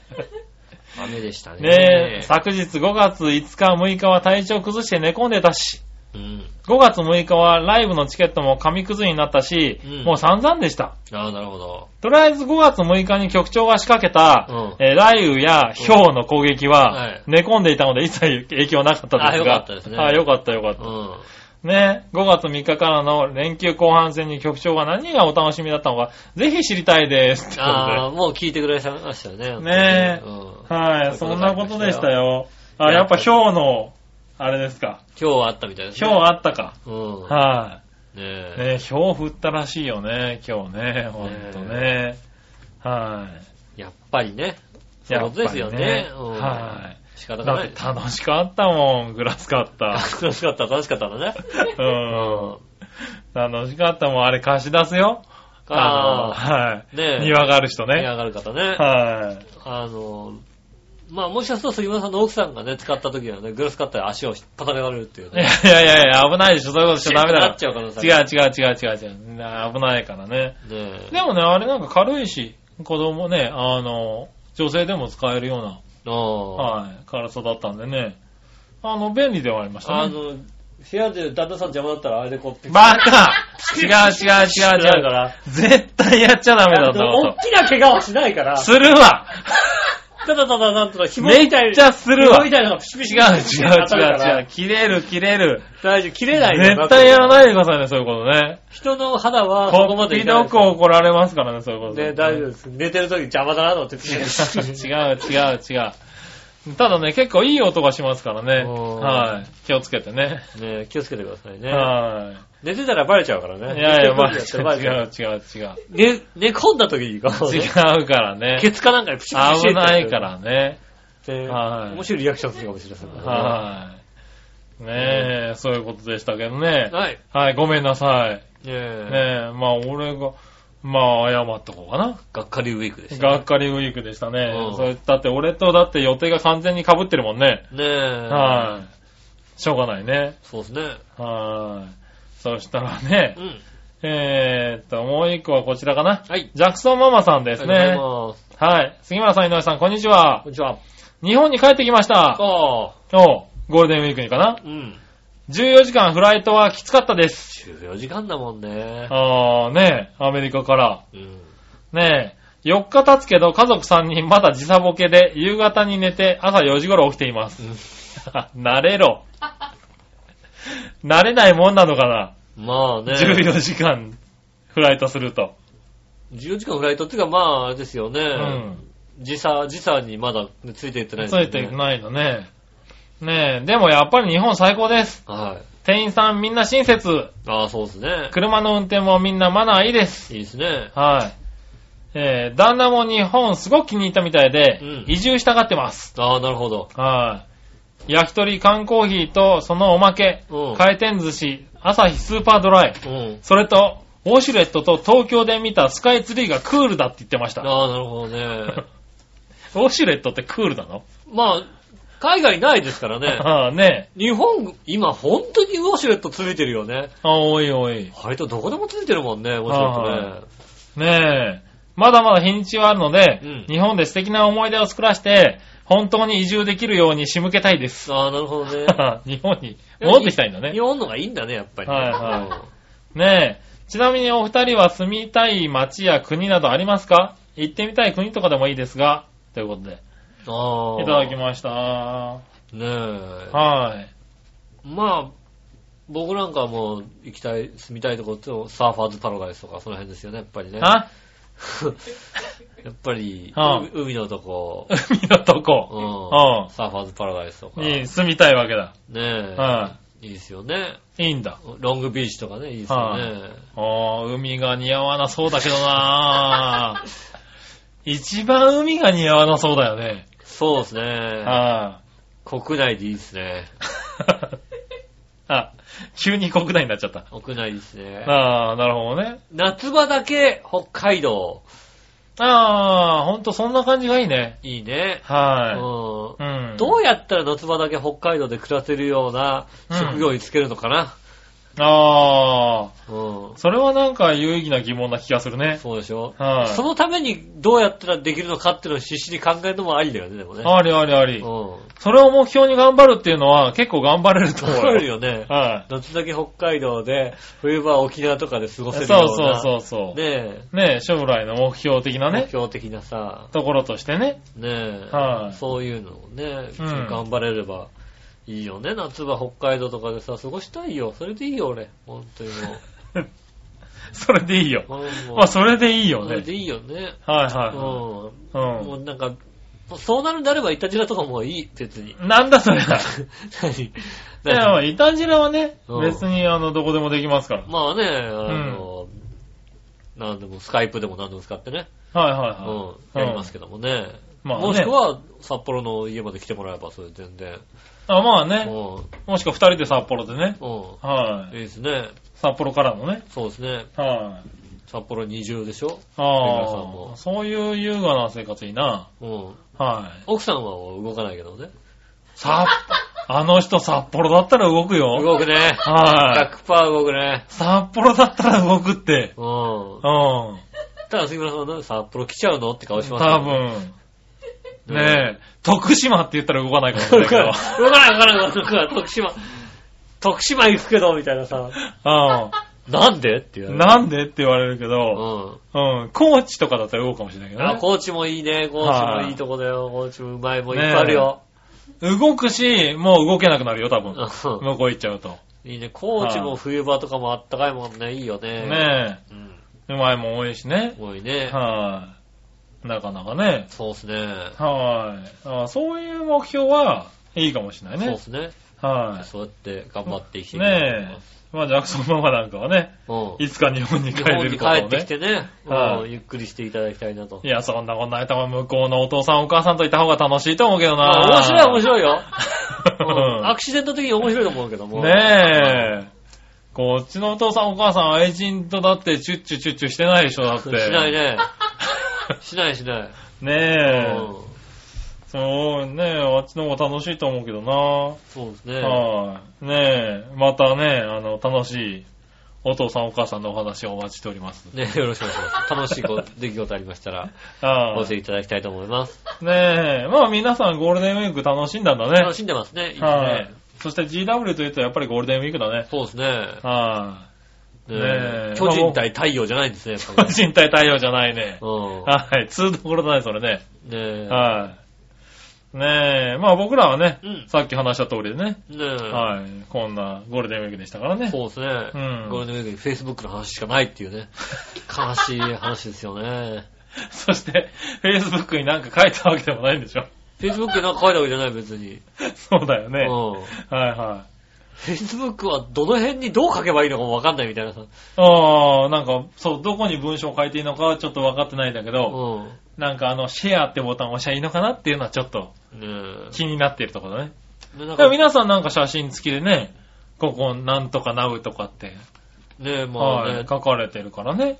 雨でしたね。ねえ、昨日5月5日6日は体調崩して寝込んでたし、うん。 5月6日はライブのチケットも紙くずになったし、うんもう散々でした。ああ、なるほど。とりあえず5月6日に局長が仕掛けた、うえー雷雨や氷の攻撃ははい寝込んでいたので一切影響なかったですが。あよかったですねあよかったよかっうた。ん。ねえ、5月3日からの連休後半戦に局長が何がお楽しみだったのか、ぜひ知りたいです。 ってことでああ、もう聞いてくれましたよね。ねえうん。はい、そういうそんことがあなりまこしたよとでしたよ。あ、やっぱ氷の、あれですか。今日はあったみたいですね。氷あったか。うん。はねい。え。ね、氷降ったらしいよね、今日ね、ほんとね。はやっぱりね。い。そうですよね。やっぱりうんは仕方い。がだなっい。て楽しかったもん、グラス買った。 楽しかった、楽しかったのね。うん。楽しかったもん、あれ貸し出すよ。ああの、はねい。え庭がある人あ、ね。上がる方ね。はい。あの、まあもしかすると杉村さんの奥さんがね、使った時はね、グラス買ったら足を叩かれるっていういやね。いやいやいや、危ないでしょ、そういうことしちゃダメだなっちゃう可能性違う違う違う違う違う。な危ないからね。ねえ。でもね、あれなんか軽いし、子供ね、あの、女性でも使えるようあな、あはい、軽さだったんでね、あの、便利ではありましたあね。の、部屋で旦那さん邪魔だったらあれでこう、バ カ違う違う違う違うから。絶対やっちゃダメだ大と思っきな怪我はしないから、するわただただなんとか紐めみったいちゃするわ紐み違うたいなのがピシピシ違うピシピシ当たるから違う違う。切れる切れる。大丈夫、切れないよ絶対やらい。ないでくださいね、そういうことね。人の肌はそここまっでぴいかないどですく怒られますからね、そういうこと。ね、大丈夫です。寝てる時邪魔だなと思ってピシピシ、違う違う違う。ただね、結構いい音がしますからね。おーはい。気をつけて ね。ね、気をつけてくださいね。は寝てたらバレちゃうからい。ね。いやいや、まあ、寝違てる時だうってバレちゃ違う違う違う。寝、寝込んだ時にこう、違ね、うからね。ケツかなんかにプシプシ危ないか。らね。で、はい面白いリアクションするかもしれませんからね。はい。ねえ、そういうことでしたけどね。はい。はい、ごめんなさい。ねえねえ、まあ俺が、まあ謝っとこうかな。がっかりウィークでした。がっかりウィークでしたねうん。それだって俺とだって予定が完全に被ってるもんね。ねえ。はい。しょうがないね。そうですね。はい。そしたらね う、ん。えーっと、もう一個はこちらかな。はい。ジャクソンママさんですありがと。ねうございますはい。杉村さん、井上さん、こんにちこはん。にちは。日本に帰ってきました。ああ。おうゴールデンウィークにかな。うん。 14時間フライトはきつかったです。 14時間だもんね。あーねえ、アメリカから。うん。ねえ、4日経つけど家族3人まだ時差ボケで夕方に寝て朝4時頃起きています。 慣れろ。慣れないもんなのかな。まあね。 14時間フライトすると。 14時間フライトっていうか、まあ、あれですよね。うん。時差、時差にまだついていってないついですてね。ないのね。ねえ、でもやっぱり日本最高です。はい。店員さんみんな親切。ああ、そうですね。車の運転もみんなマナーいいです。いいですね。はい。えー、旦那も日本すごく気に入ったみたいで、うん移住したがってます。ああ、なるほど。はい。焼き鳥、缶コーヒーと、そのおまけ、うん回転寿司、朝日スーパードライ、うん。それと、ウォシュレットと東京で見たスカイツリーがクールだって言ってました。ウああ、なるほどね。 ォシュレットってクールなの、まあ、海外ないですから ね。ああね日本、今本当にウォシュレットついてるよね。あ、おいおい。割とどこでもついてるもんね、ウォシュレットね。ねえ。まだまだ日にちはあるので、うん日本で素敵な思い出を作らせて、本当に移住できるように仕向けたいです。ああ、なるほどね。日本に戻ってきたいんだ ね日。本のがいいんだね、やっぱりね。はいはねえ。ちなみにお二人は住みたい街や国などありますか行ってみたい国とかでもいいですが、ということで、うんああ。いただきました。はねえ。い。まあ、僕なんかはもう行きたい、住みたいとこってサーファーズパラダイスとかその辺ですよね、やっぱりね。あ、 やっぱり、うん海のとこ、海のとうこ、んうんサーファーズパラダイスとか。に住みたいわけだ。ねえ、はいいですよね。い。いいんだ。ロングビーチとかね、いいですよね。あー海が似合わなそうだけどな 一番海が似合わなそうだよね。そうですね。あ国内でいいですね。ー あ、急に国内になっちゃった。屋内ですね。ああ、なるほどね。夏場だけ北海道、ああ、ほんとそんな感じがいいね。いいね。はうんい。うん。どうやったら夏場だけ北海道で暮らせるような職業につけるのかな。うあんあ、それはなんか有意義な疑問な気がするね。そうでしょ、はいそのためにどうやったらできるのかっていうのを必死に考えるのもありだよね、でもね。ありありあり。うそれを目標に頑張るっていうのは結構頑張れるとん。思うわよ。かるよね。は夏だけ北海道で、冬場は沖縄とかで過ごい。せそうるような。そうそうそう。ねねえ、将来の目標的え、な目ね、標的なさ、ところとしてね。ねえ、はいそういうのをね、頑張れればいいよね。夏場北海道とかでさ、過ごしたいよ。それでいいよ、俺。本当に もそれでいいよ。う。うんもうまあ、それでいいよそれね。でいいよね。はいうはん。いはい。もううなんか、そうなるんであれば、イタジラとかもういい、別に。ん。なんだそ れだ。 何いや、まあイタジラはね、うん別にあの、どこでもできますから。まあね、あの、なんでも、スカイプでも何でも使ってね、はいうはいんは、い。やりますけどもね。まあねもしくは、札幌の家まで来てもらえば、それで全然。あ、まあうね。ん、もしくは二人で札幌でね。うはん。いい。いですね。札幌からのね。そうですね。はい。札幌20でしょ江川さんあもあ、そういう優雅な生活いいな。うん。はい。奥さんは動かないけどね。札、あの人札幌だったら動くよ。動くね。はい。 100%動くね。札幌だったら動くって。うんう。ん。ただ、杉村さんはね札幌来ちゃうのって顔し多ますよ分。うんねえ、徳島って言ったら動かないかもしれ動ないけかない動かなど。い、動かない、徳島。徳島行くけど、みたいなさ。 なんでって言われうん。る。なんでって言われるけど、うん。うん。高知とかだったら動くかもしれないけどあ、ね。高知もいいね。高知もいいとこだよ。高知もうまいもんいっぱいあるよ。動くし、もう動けなくなるよ、多分。うん向こう行っちゃうと。いいね。高知も冬場とかもあったかいもんね。いいよね。ねうん。え、うまいもん多いしね。多いね。はい。なかなかね。そうっすね。はい。あそういう目標はいいかもしれないそうっね。すね。はそうやって頑張って生きていきい。たいと思いねまえす。。まあ、ジャクソンママなんかはね、ういつか日本にん。日帰本にれる帰ことをってきね。てね。はいうんゆっくりしていただきたいなとい。や、そんなこんな頭向こうのお父さんお母さんといた方が楽しいと思うけどまな。あ面白い 面白いよ。うんア白クシデント的に面白いと思うけども。ねえ。こっちのお父さんお母さん愛人とだってチュッチュチュッチュしてないでしょ、だって。しない。 ね。しないしない。ねえ。うんそうねえ、あっちの方が楽しいと思うけどな。そうですね。はい。ねえ、またね、あの、楽しいお父さんお母さんのお話をお待ちしております。ね、よろしくお願いします。楽しいこと出来事ありましたら、はお寄い。せいただきたいと思います。ねえ、まあ皆さんゴールデンウィーク楽しんだんだ楽ね。しんでますね。いいですはいね。。そして GW というとやっぱりゴールデンウィークだね。そうですね。はねねえ巨人対太陽じゃないんですね、やっぱい。ね。 人体対応じゃないね。うん。はい。通どころだね、それね。ねえ。はい。ねえ、まあ僕らはね、うんさっき話した通りでね、ねえ。はい。こんなゴールデンウィークでしたからね。そうですね。うんゴールデンウィークに Facebook の話しかないっていうね。悲しい話ですよね。そして、Facebook になんか書いたわけでもないんでしょ。 Facebook になんか書いたわけじゃない、別に。そうだよね。うん。はいは Facebook はどの辺にどう書けばいいのかもわかんないみたいなさ。ああ、なんか、そう、どこに文章を書いていいのかはちょっと分かってないんだけど、うん。なんかあの、シェアってボタンを押しゃいいのかなっていうのはちょっとね気になってるところだね。え。で、なんだからか、ね皆さんなんか写真付きでね、ここなんとかナウとかって、え、まあはいね、、書かれてるからね。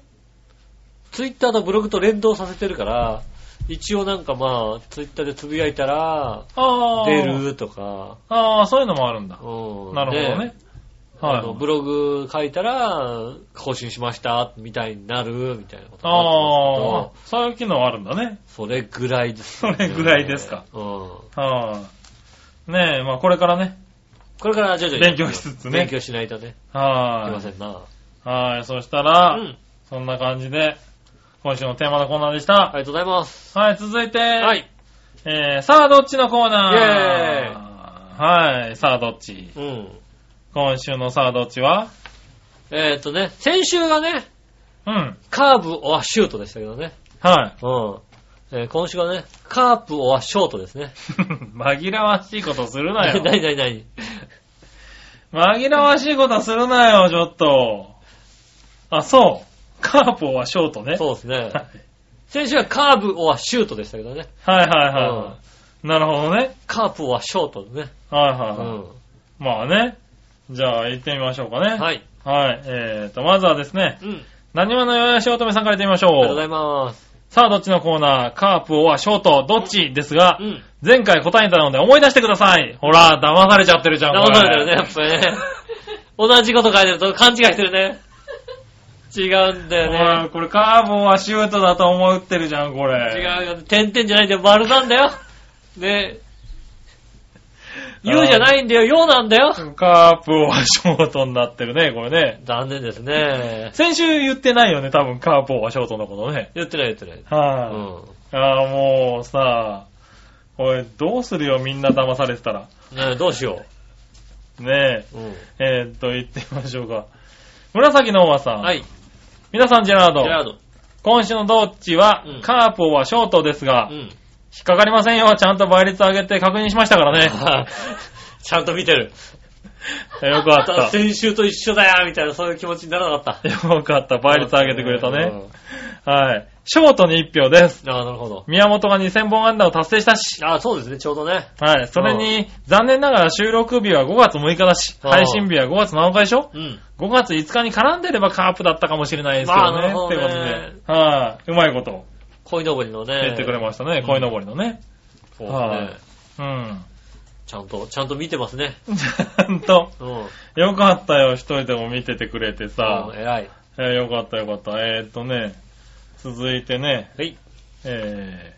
Twitter とブログと連動させてるから、一応なんかまあ、Twitter でつぶやいたら、ああ。出。るとか、ああ、そういうのもあるんだ。うん。なるほどね。。はあのブい。ログ書いたら、更新しました、みたいになる、みたいなことになあってあ、そういう機能あるんだね。ますけど、それぐらいです、それぐらいですか。うん。はい。ねえ、まあこれからね。これから徐々に。勉強しつつね勉強しないとね。いけはませんな。い。はい、そしたうら、ん。そんな感じで、今週のテーマのコーナーでした。ありがとうございます。はい、続いて、は。い。えー、さあどっちのコーナーイェーはい、さあどっちうん。今週のさあどっちはえーっとね、先週はね、うん。カーブオアシュートでしたけどね。はい。 うん。えー今週はね、カープオアショートですね。紛らわしいことするな よ。何何何紛らわしいことするなよ、ちょっと。あ、そう。カーポはショートね。そうですねは。い先週はカーブオアシュートでしたけどね。はいはいはい。なるほどね。カープオアショートでね。はいはういはい。ん。まあね。じゃあ行ってみましょうかね。はい。はい。えーと、まずはですね、うん。何話のよやしおとめさんから行ってみましょありがとうござう。います。さあ、どっちのコーナーカープはショートどっちですがう、ん。前回答えたので思い出してください。ほら、騙されちゃってるじゃん、騙されてるね、やこっぱりね。 同じこと書いてると勘違いしてるね。違うんだれ。よおいこれカープはシュートだと思ってるじゃん、こね。れ。違うよ。点々じゃないんだよ。丸なんだよ。ね。言うじゃないんだよ。ようなんだよ。カープはショートになってるね、これね。残念ですね。先週言ってないよね、多分カープはショートのことね。言ってない言ってない。はい、うああ、もうさ、これどうするよ、みんな騙されてたら。ん。ねえどうしよねう。うん。え、えーっと、言ってみましょうか。紫のおばさん。はい。ジ皆さん、ジェラード。ェラード。今週のどっちは、うんカープはショートですが、う引 ん。っかかりませんよ。ちゃんと倍率上げて確認しました からね。ちゃんと見てる。よかった。先週と一緒だよみたいな、そういう気持ちにならなかった。よかった。倍率上げてくれたうんね。。はい。ショートに1票です。ああ、なるほど。宮本が2000本安打を達成したし、ああ、そうですね、ちょうどね。はい、それに、残念ながら収録日は5月6日だし、うん配信日は5月7日でしょうん。 ?5 月5日に絡んでればカープだったかもしれないですけどまあなね、るほってどねことで。はい、うまいこと鯉のぼりのね。言ってくれましたね、鯉のぼりのね。そうはでいすね。うん。ちゃんと、ちゃんと見てますね。ちゃんと、うん。よかったよ、一人でも見ててくれてさうん。偉い。えーよかったよかった。えーっとね、続いてね、はい。え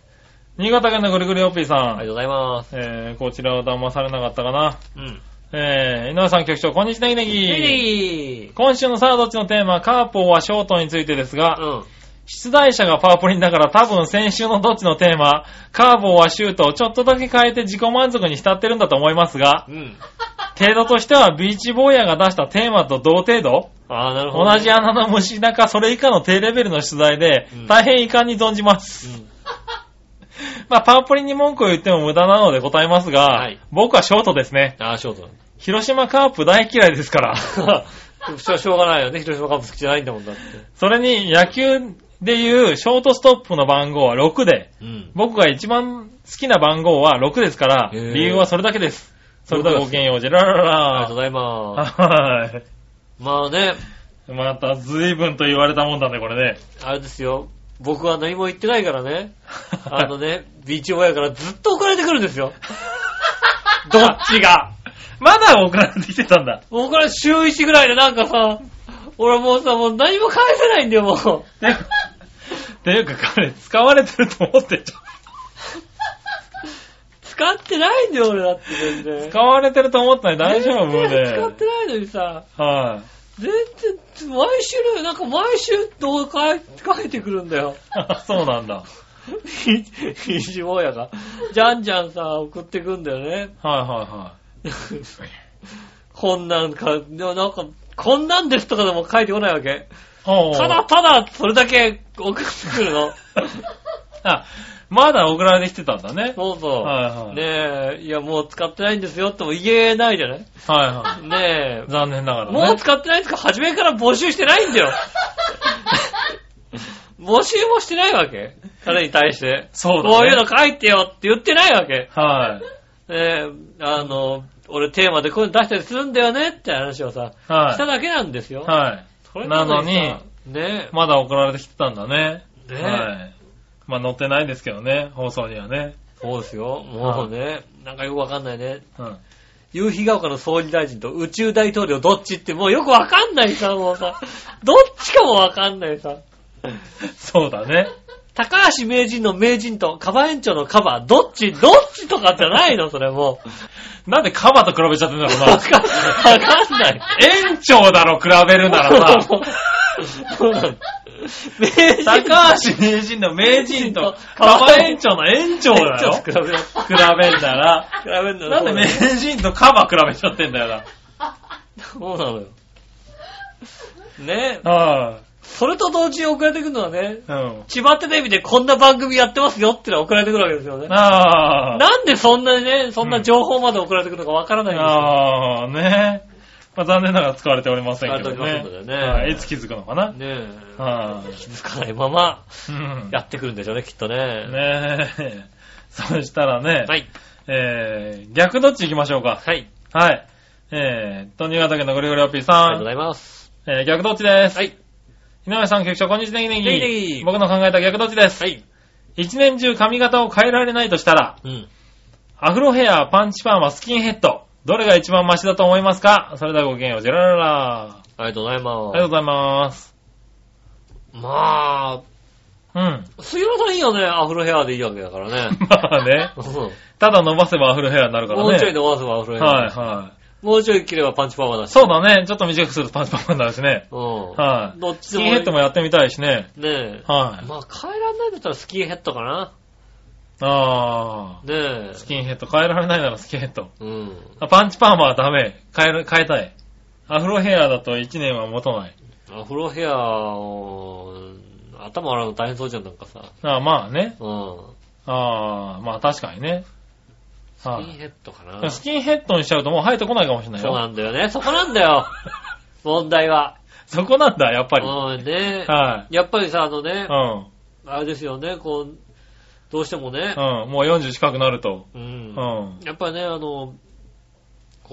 ー、新潟県のぐるぐるおっぴーありがとさん。うございます。えー、こちらは騙されなかったかな。うん。えー、井上さん局長、こんにちは、ネギネギ。いい今週のサードっちのテーマ、カーポーはショートについてですが、うん。出題者がパープリンだから多分先週のどっちのテーマ、カーボーはシュートをちょっとだけ変えて自己満足に浸ってるんだと思いますがう、ん。程度としてはビーチボーイヤーが出したテーマと同程度、ああ、なるほど。同じ穴の虫だかそれ以下の低レベルの出題でうん、大変遺憾に存じます。うん。まあ、パープリンに文句を言っても無駄なので答えますが、はい僕はショートですね。ああ、ショート。広島カープ大嫌いですか ら。それはしょうがないよね。広島カップ好きじゃないんだもんだって。それに野球でいうショートストップの番号は6で、うん。僕が一番好きな番号は6ですから、へー理由はそれだけです。それではごきげんよう、ジェララありがラとうラ。ございます。はまあね、い。また随分と言われたもんだね、これね。あれですよ。僕は何も言ってないからね。 あ のね、ビーチ親からずっと送られてくるんですよ。どっちが。まだ送られてきてたんだ。僕から週1ぐらいでなんかさ、俺もうさ、もう何も返せないんだよ、もう。てていうか、彼、使われてると思ってんじゃ使ってないんだよ、俺だって全ん。然。使われてると思ってない大丈夫全然使っねて。ないのにさ、はい。全然、毎週のように、なんか毎週どうか返ってくるんだよ。あそうなんだ。はいビーチ親が。じゃんじゃんさ、送ってくんだよね。はこんなんか、でもなんか、こんなんですとかでも書いてこないわけ。いはい。おうただただそれだけ送ってくるの。あ、まだ送られてきてたんだね。そうそう。 はいはねいえ、いやもう使ってないんですよとも言えないじゃないはいはねい。残念ながらえ、ね。もう使ってないんですか初めから募集してないんだよ。 募集もしてないわけ彼に対して。そうだねこういうの書いてよって言ってないわけ。はい。ねえ、あの、俺テーマでこういうの出したりするんだよねって話をさ、はいしただけなんですよ。はそれい。なのにさ、ねえ、まだ送られてきてたんだね。ねえはい。まあ載ってないですけどね、放送にはね。そうですよ。もうね、なんかよくわかんないね。うん。夕日が丘の総理大臣と宇宙大統領どっちってもうよくわかんないさ、もうさ。どっちかもわかんないさ。そうだね。高橋名人の名人とカバ園長のカバ、どっちどっちとかじゃないのそれもなんでカバと比べちゃってんだろうう。わな。かんない。わかんない。園長だろ、比べるなら さ。そうなの名人高橋名人の名人と、カバ園長の園長だちょっよと。比べよう。比べんなら。比べんだなんで名人とカバ比べちゃってんだよそうなのよ。ねえ。な。はそれと同時に送られてくるのはね、い。うん。千葉テレビでこんな番組やってますよってのが送られてくるわけですよね。ああ。なんでそんなにね、そんな情報まで送られてくるのかわからないんですよ。ああ、ねまあ残念ながら使われておりませんけど使われておりませんのでねね。はいいつ気づくのかな。ねえ。は気づかないままい。うん。やってくるんでしょうね、きっとね。ねえ。そしたらね、はい。えー、逆どっち行きましょうか。はい。はい。えー、と、新潟県のゴリゴリオピーありさがとうごん。ざいます。えー、逆どっちです。はい。井上さん、局長、こんにちは、ネギネギネネギギ。僕の考えた逆どっちです。はい。一年中髪型を変えられないとしたら、うん。アフロヘア、パンチパーマ、スキンヘッド。どれが一番マシだと思いますかそれではごきげんよう、ジェラララ。ありがとうございあます。りがとうございます。まあ、うん。。杉村さんいいよね、アフロヘアでいいわけだからね まあね。うんただ伸ばせばアフロヘアになるからね。もうちょい伸ばせばアフロヘア。はいはもうちょい切ればパンチパーマだい。し。そうだね。ちょっと短くするとパンチパンマになるしね。うん。はい。どっちスでキもンヘッドもやってみたいしね。ねえ。はい。まあ、変えらんないんだったらスキンヘッドかな。あねえー。。スキンヘッド変えられないならスキンヘッド。うん。あパンチパーマはダメ。変える、変えたい。アフロヘアだと1年は持たない。アフロヘアを、頭洗うの大変そうじゃん、なんかさ。あーまあね。うん。あー、まあ確かにね。スキはンい。ヘッドかな。でも そスキンヘッドにしちゃうともう生えてこないかもしれないうなよ。んだよね。そこなんだ よ。問題は。そこなんだ、やっぱり。はうん、ねい。やっぱりさ、あのねう、ん。あれですよね、こう、どうしてもね、うん。もう40近くなると。ううんん。。はやっぱりね、あの、こ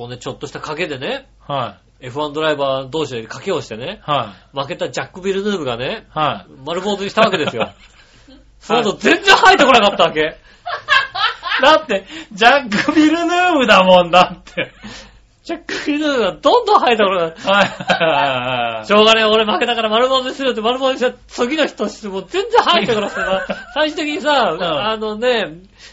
うね、ちょっとした賭けでね、い。は F1 ドライバー同士で賭けをしてねい。、はい。負けたジャック・ビルヌーブがね、はい。丸坊主にしたわけです よ。そうすると全然生えてこなかったわけ。だって、ジャック・ビルヌーブだもんだって。ジャック・ビルヌーブがどんどん生えてこなかった。はいはいはいしょうがねえ、俺負けたから丸坊主にするよって丸坊主にした次の人してもう全然入ってこなくて さ、最終的にさ、んあのね、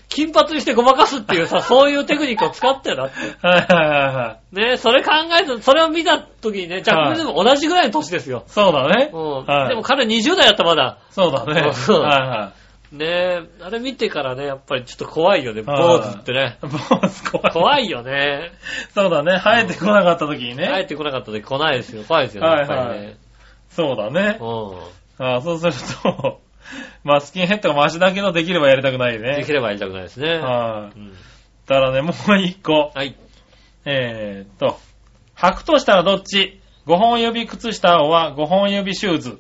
金髪にしてごまかすっていう さ、そういうテクニックを使ったよなって。はいはいはいはい。ね、それ考えず、それを見た時にね、ジャック・ビルヌーブ同じぐらいの年ですよ。そうだね。うん。はいでも彼20代だったまだ。そうだね。そうはねあれ見てからね、やっぱりちょっと怖いよね、ん坊主ってね。いはい。坊主怖い。怖いよね。そうだね。生えてこなかった時に生えね。てこなかったで来ないですよ。怖いですよね、はいやっぱりね。そうだねう。ん。ああそうすると、まあ、スキンヘッドがマシだけどできればやりたくないでねき。ればやりたくないですね。はい。うんたらね、もう一個。はい。えーっと、履くとしたらどっち ?5 本指靴下は5本指シューズ。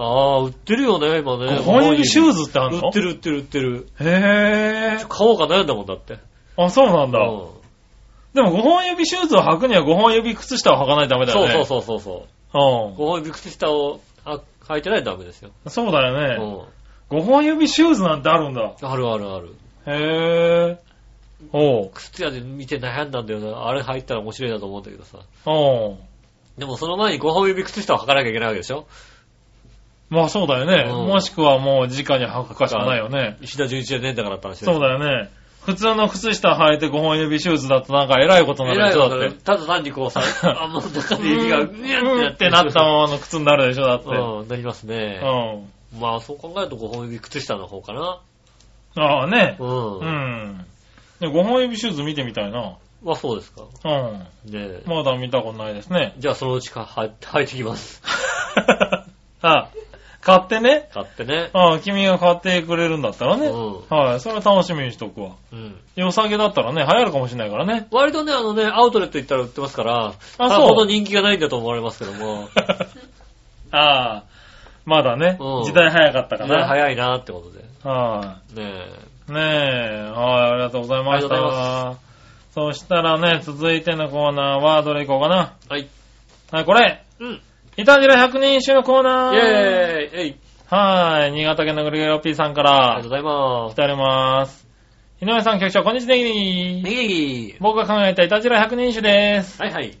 ああ、売ってるよね、今ね。 5本指シューズってある売のってる売ってる売ってる。へ買おうか悩んだもんだって。ー。あ、そうなんだ。うんでも5本指シューズを履くには5本指靴下を履かないとダメだそようね。そうそうそうそう。そう。 5本指靴下をあ履いてないとダメですよ。ん。そうだよね。う5本指シューズなんてあるんだ。ん。あるあるある。へぇー。おう。靴屋で見て悩んだんだよな。あれ履いたら面白いなと思うんだけどさ。おう。でもその前に5本指靴下を履かなきゃいけないわけでしょまあそうだよね。うんもしくはもう直に履くかしかないよね。石田純一じゃねえんだからって話そうだ。だよね。普通の靴下履いて5本指シューズだとなんか偉いことになる偉でいしょわだだっねて。。ただ単にこうさ、あ、もう中で指がううにゃんっっててなったままの靴になるでしょだって。うん、なりますね。うん。まあそう考えると5本指靴下の方かな。ああねう。。うんん。で5本指シューズ見てみたいな。はそうですか。うん。ねえ。まだ見たことないですね。じゃあそのうちか、は、入ってきます。あ、買ってね。買ってね。うん、君が買ってくれるんだったらね。うはい、それは楽しみにしとくわ。ん。うん。良さげだったらね、流行るかもしれないからね。割とね、あのね、アウトレット行ったら売ってますから、あさそうほど人気がないんだと思われますけども、ああ、まだねうん、時代早かったかねな。早いなってことで。はねえ。い。ねえ、はい、ありがとうございましありがとうござた。そしたらね、続いてのコーナーはどれ行こうかな。はい。はい、これうん。イタジラ100人一首のコーナイェーーイえいはい、新潟県のグリゲロピーさんかありがとうご、ざいらま来す。ております。井上さん局長、こんにちは。ネギ僕が考えたイタジラ100人一首です。はいはい。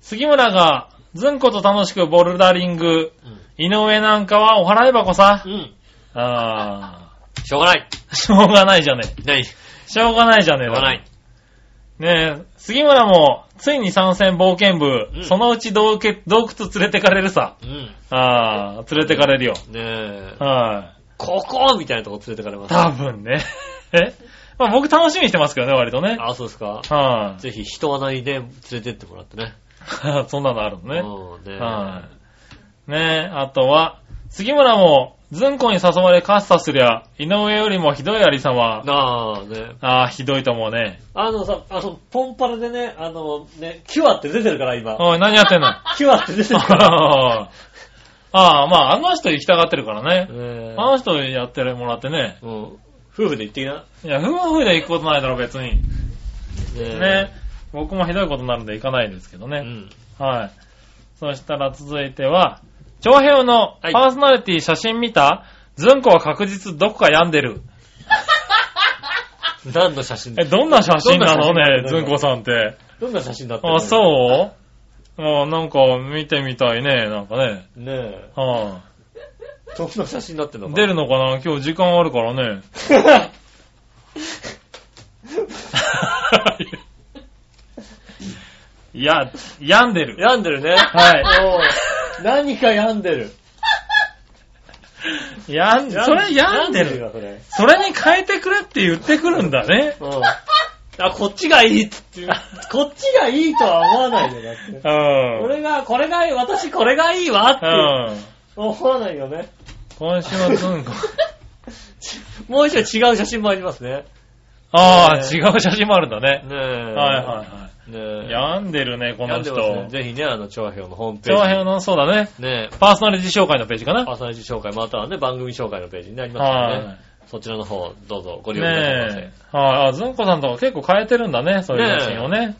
杉村が、ずんこと楽しくボルダリンうグ、井上なんかはお払い箱さ。ん。うん。あしょうがない。ー、しょうがないじゃねない。しえ。しょうがないじゃねえょうだがない。ねえ、杉村も、ついに参戦冒険部、うんそのうち洞窟洞窟連れてかれるさ。うん。あー、連れてかれるよ。ねえ。はここみたいなとこ連れてかれい。ます。多分ね。 えまあ僕楽しみにしてますけどね、割とね。あ、そうですか。はぜひ人はないで連れてってもらってね。い。 そんなのあるのね。うん。ねえ。はい。ねえ、あとは、杉村も、ずんこに誘われカッサすりゃ、井上よりもひどいありさま。なあね。ああ、ひどいと思うね。あのさ、あの、ポンパラでね、あのね、キュアって出てるから今。おい、何やってんのあキュアって出てるから。 あ、まあ、あの人行きたがってるからねね。えあの人やってもらってね。うん。夫婦で行ってきな。いや、夫婦で行くことないだろ、別に。ねね。僕もひどいことになるんで行かないですけどうね。ん。はい。そしたら続いては、長編のはいパーソナリティ写真見たずんこは確実どこか病んでる。何の写真え、どんな写真なのどんな写真なねの、ずんこさんって。どんな写真だったあ、そうあなんか見てみたいね、なんかね。うねえ。はあ、どんな写真になってんのか出るのかな今日時間あるからね。いや、病んでる。 病んでるね。はいおう何か病んでる。病んそれ病んでる。よ、それ。それに変えてくれって言ってくるんだね。うん。あ、こっちがいいっつって、こっちがいいとは思わないよ、だって。うん。俺が、これがいい、私これがいいわっうてん。思わないよね。今週の ずんこ。もう一度違う写真もありますね。ああ、ねえ違う写真もあるんだねね。え。はいはいはい。い。ねえ。病んでるね、この人。病んでますねぜひね、あの、長編のホームページ。長編の、そうだね。ねえ。パーソナリティ紹介のページかな。朝日紹介、またはね、番組紹介のページになりますからはね。そちらの方、どうぞごい。利用くださいまねえ。はい。あ、ずんこさんとか結構変えてるんだね、そういう写真をね。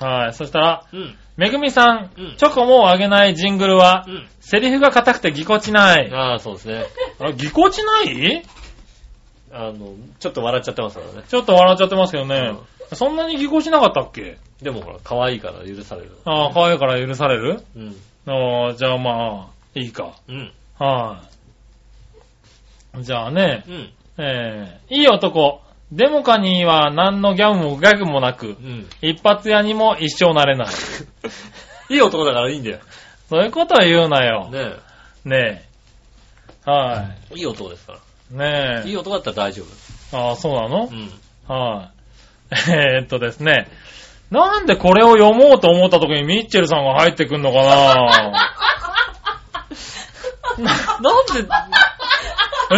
はい。そしたら、せ。うん。めぐみさんうん、チョコもうあげないジングルはう、ん。セリフが硬くてぎこちない。ああ、そうですね。あ、ぎこちないあの、ちょっと笑っちゃってますからね。ちょっと笑っちゃってますけどね。そんなにぎこちなかったっけでもほら、可愛いから許される。ああ、可愛いから許されるうん。ああ、じゃあまあ、いいか。うん。はい。じゃあね、うん。えー、いい男。デモカには何のギャグもギャグもなう、くん。 一発屋にも一生なれない。いい男だからいいんだよ。そういうことは言うなよ。ねねえ。はえ。いい男ですから。い。ねいえ。い男だったら大丈ああ、そうなの夫。うん。はい。 えーっとですね。なんでこれを読もうと思った時にミッチェルさんが入ってくんのかななん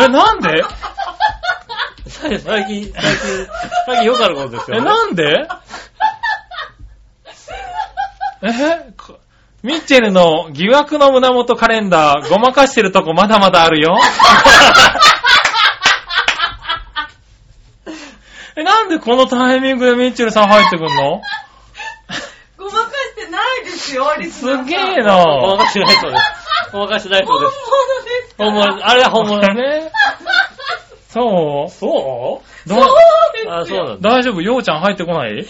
え、なんでで、最近、最近、最近よくあることですよ。え、なんでえこミッチェルの疑惑の胸元カレンダー、ごまかしてるとこまだまだあるよ。 え、なんでこのタイミングでミッチェルさん入ってくんのごまかしてないですよ、リスすナーさんげえごま なかしてないそうです。ごまかしてない本そうで。物ですすか本 ら物、あれは本物だね。ね。そうそうどうあ、そうなんだ。大丈夫ようちゃん入ってこない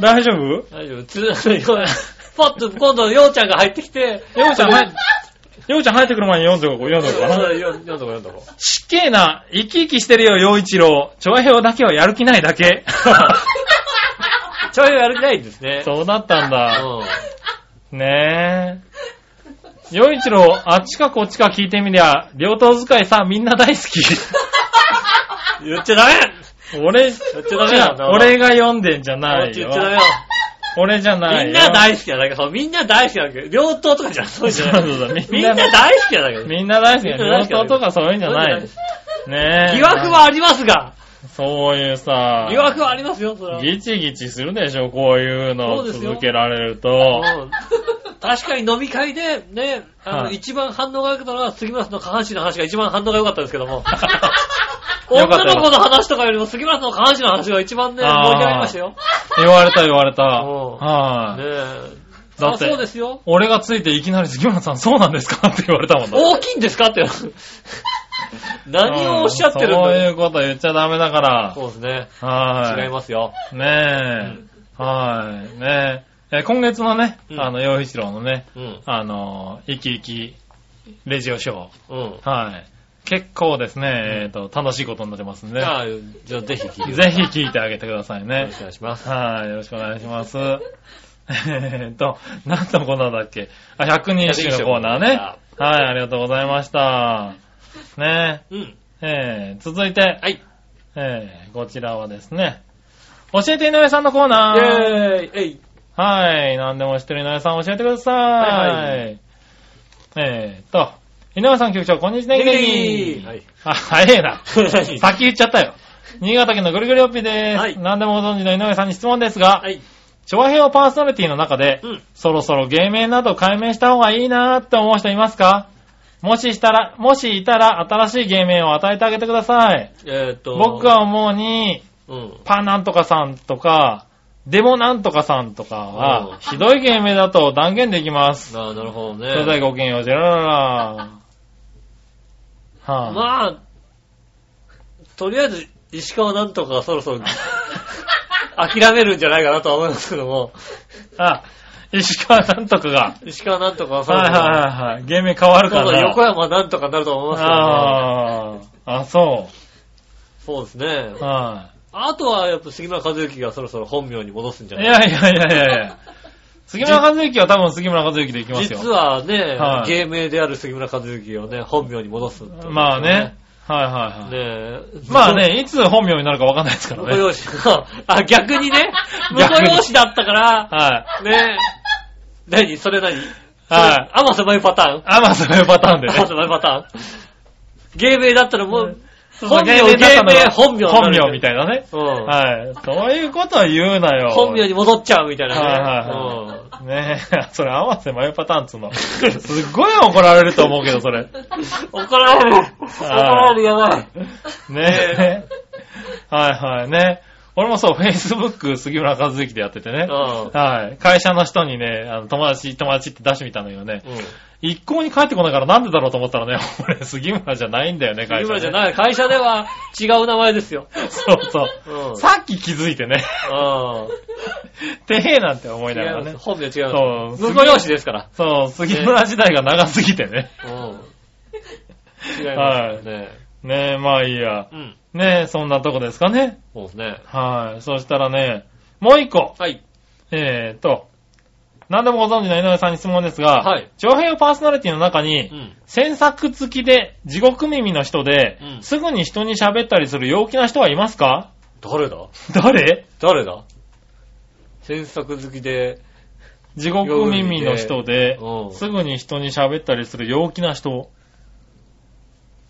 大丈夫よ大丈夫。つ、 パッと、今度、ようちゃんが入ってきて、うちゃん入っ、ようちゃん入ってくる前に読んどこう、読んどこうかな。よんどこよんどこ。しっけえな、生き生きしてるよ、陽一郎。長平だけはやる気ない だけ。ちょいやる気ないんですね。そうだったんだ。うん。ねえ。陽一郎、あっちかこっちか聞いてみりゃ、両頭使いさ、みんな大好き。 言っちゃダメ俺、っちゃダメなんだ違う俺が読んでんじゃない言よっちゃダメ。よ。俺じゃないよ。みんな大好きなだけど、そうみんな大好きなだけど、両党とかじゃそうじゃない。そうそうそうみんな大好きなだけど。みんな大好きみんなな大好上きだよ等とかそういうんじゃない。ねえ。疑惑はありますが、そういうさ、疑惑はありますよ、それは。ギチギチするでしょ、こういうそのうですよ続けられると。うん確かに飲み会で、ね、あの、はい一番反応が良かったのは、杉村さんの下半身の話が一番反応が良かったですけど も。よかった女の子の話とかよりも、杉村さんの下半身の話が一番ね、盛あーり上がりましたよ。言われた言われた。うんはいね。え。だあってそうですよ。俺がついていきなり杉村さんそうなんですかって言われたもんだ。大きいんですかって。 何をおっしゃってるんそういだうこと言っちゃダメだから。そうですね。はい。違いますよ。ねえ。はい。ねえ。え今月のね、うんあの、洋一郎のね、うん。あの、生き生き、レジオショー。うん。はい。結構ですね、えっ、と、楽しいことになってますんでじ、ゃあ、じゃあぜひ聞いてくださぜひ聞いてあげてくださいい。よねろし。くお願いします。はい、よろしくお願いします。 えーっと、何のコーナーだっけあ、100人一首のコーナーね。はい、ありがとうございました。ねうん。え、えー続いて、はい。えーこちらはですね、教えて井上さんのコーナー。イェーイえいはい。何でも知ってる井上さん教えてください。はいはいえーっと、井上さん局長、こんにちは。ネギネギ はいあ、早えな。何先言っちゃったよ。新潟県のぐるぐるよっぴーです。はい何でもご存知の井上さんに質問ですが、はい。チョアヘオパーソナリティの中で、うん。そろそろ芸名など解明した方がいいなーって思う人いますかもししたら、もしいたら新しい芸名を与えてあげてください。えーっと。僕は、思うに、うん。パなんとかさんとか、デモなんとかさんとかうんは、ひどい芸名だと断言できます。ああ、なるほどね。それではごきげんよう、ジェラララ。はぁ、まあ、とりあえず、石川なんとかそろそ ろ、諦めるんじゃないかなとは思いますけども、あ。石川なんとかが。石川なんとかはそろはいそろ、はいはいはい。芸名変わるか今度はら。横山なんとかになると思いますけども、あーあ、そそうですねう。。はあとは、やっぱ杉村和之がそろそろ本名に戻すんじい。いゃないやいやいやいやいや。杉村和之は多分杉村和之でいきますよ。実はね、はい芸名である杉村和之をね、本名に戻すってことですよまあね。。はいはいはい。ねえ。まあね、いつ本名になるかわかんないですから婿ね。養子 が、あ、逆にね、 逆婿に養子だったから、 はい。ねえ。何それ何はい。甘さまいパターンあ、まあそういうパターンでね。甘さまいパターン芸名だったらもう、本名、芸芸名名、本名。本名みたいなね。うん。はい。そういうことを言うなよ。本名に戻っちゃうみたいはいなはね。ねえ、 それ合わせ迷うパターンっつうの。すっごい怒られると思うけど、 それ。ねうん怒られる。怒られる、やばい。え。はいはいね。俺もそう、Facebook 杉村和之でやっててね。うんはい。会社の人にね、あの友達、友達って出してみたんだけどね。うん一向に帰ってこないからなんでだろうと思ったらね、 俺杉村じゃないんだよね、杉会社、ね。村じゃない。会社では違う名前ですよ。そうそうう。ん さっき気づいてね。 うてへえなんて思いん。なが違らいまねす。。本名違うそまうす。婿養子ですから。そう、杉村時代が長すぎ てね。うん。違いますよね。ねえ、まあいいや。うん。ねえ、そんなとこですかね。そうですね。はい。そしたらね、もう一個。はい。えーと、何でもご存知の井上さんに質問ですが、はい。長編パーソナリティの中に、うん。詮索付きで、地獄耳の人で、うんすぐに人に喋ったりする陽気な人はいますか 誰だ誰誰だ詮索好きで、地獄耳の人でう、んすぐに人に喋ったりする陽気な人。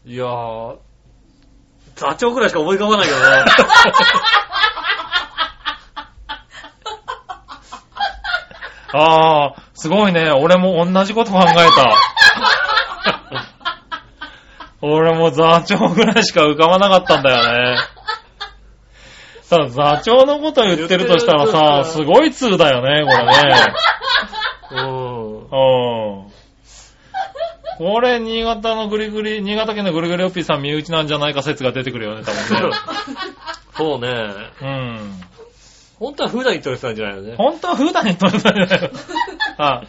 いやー、座長くらいしか思い浮かばないけどね。あー、すごいね。俺も同じこと考え た。俺も座長ぐらいしか浮かばなかったんだよね。さあ、座長のこと言ってるとしたらさ、すごい通だよ ね、うん。これね。うん。これ、新潟のぐりぐり、新潟県のぐりぐりおっぴーさん身内なんじゃないか説が出てくるよね、多分ね。そうね。うん。本当は普段言ってる人なんじゃないよね。本当は普段に撮れないんだ よ。あ、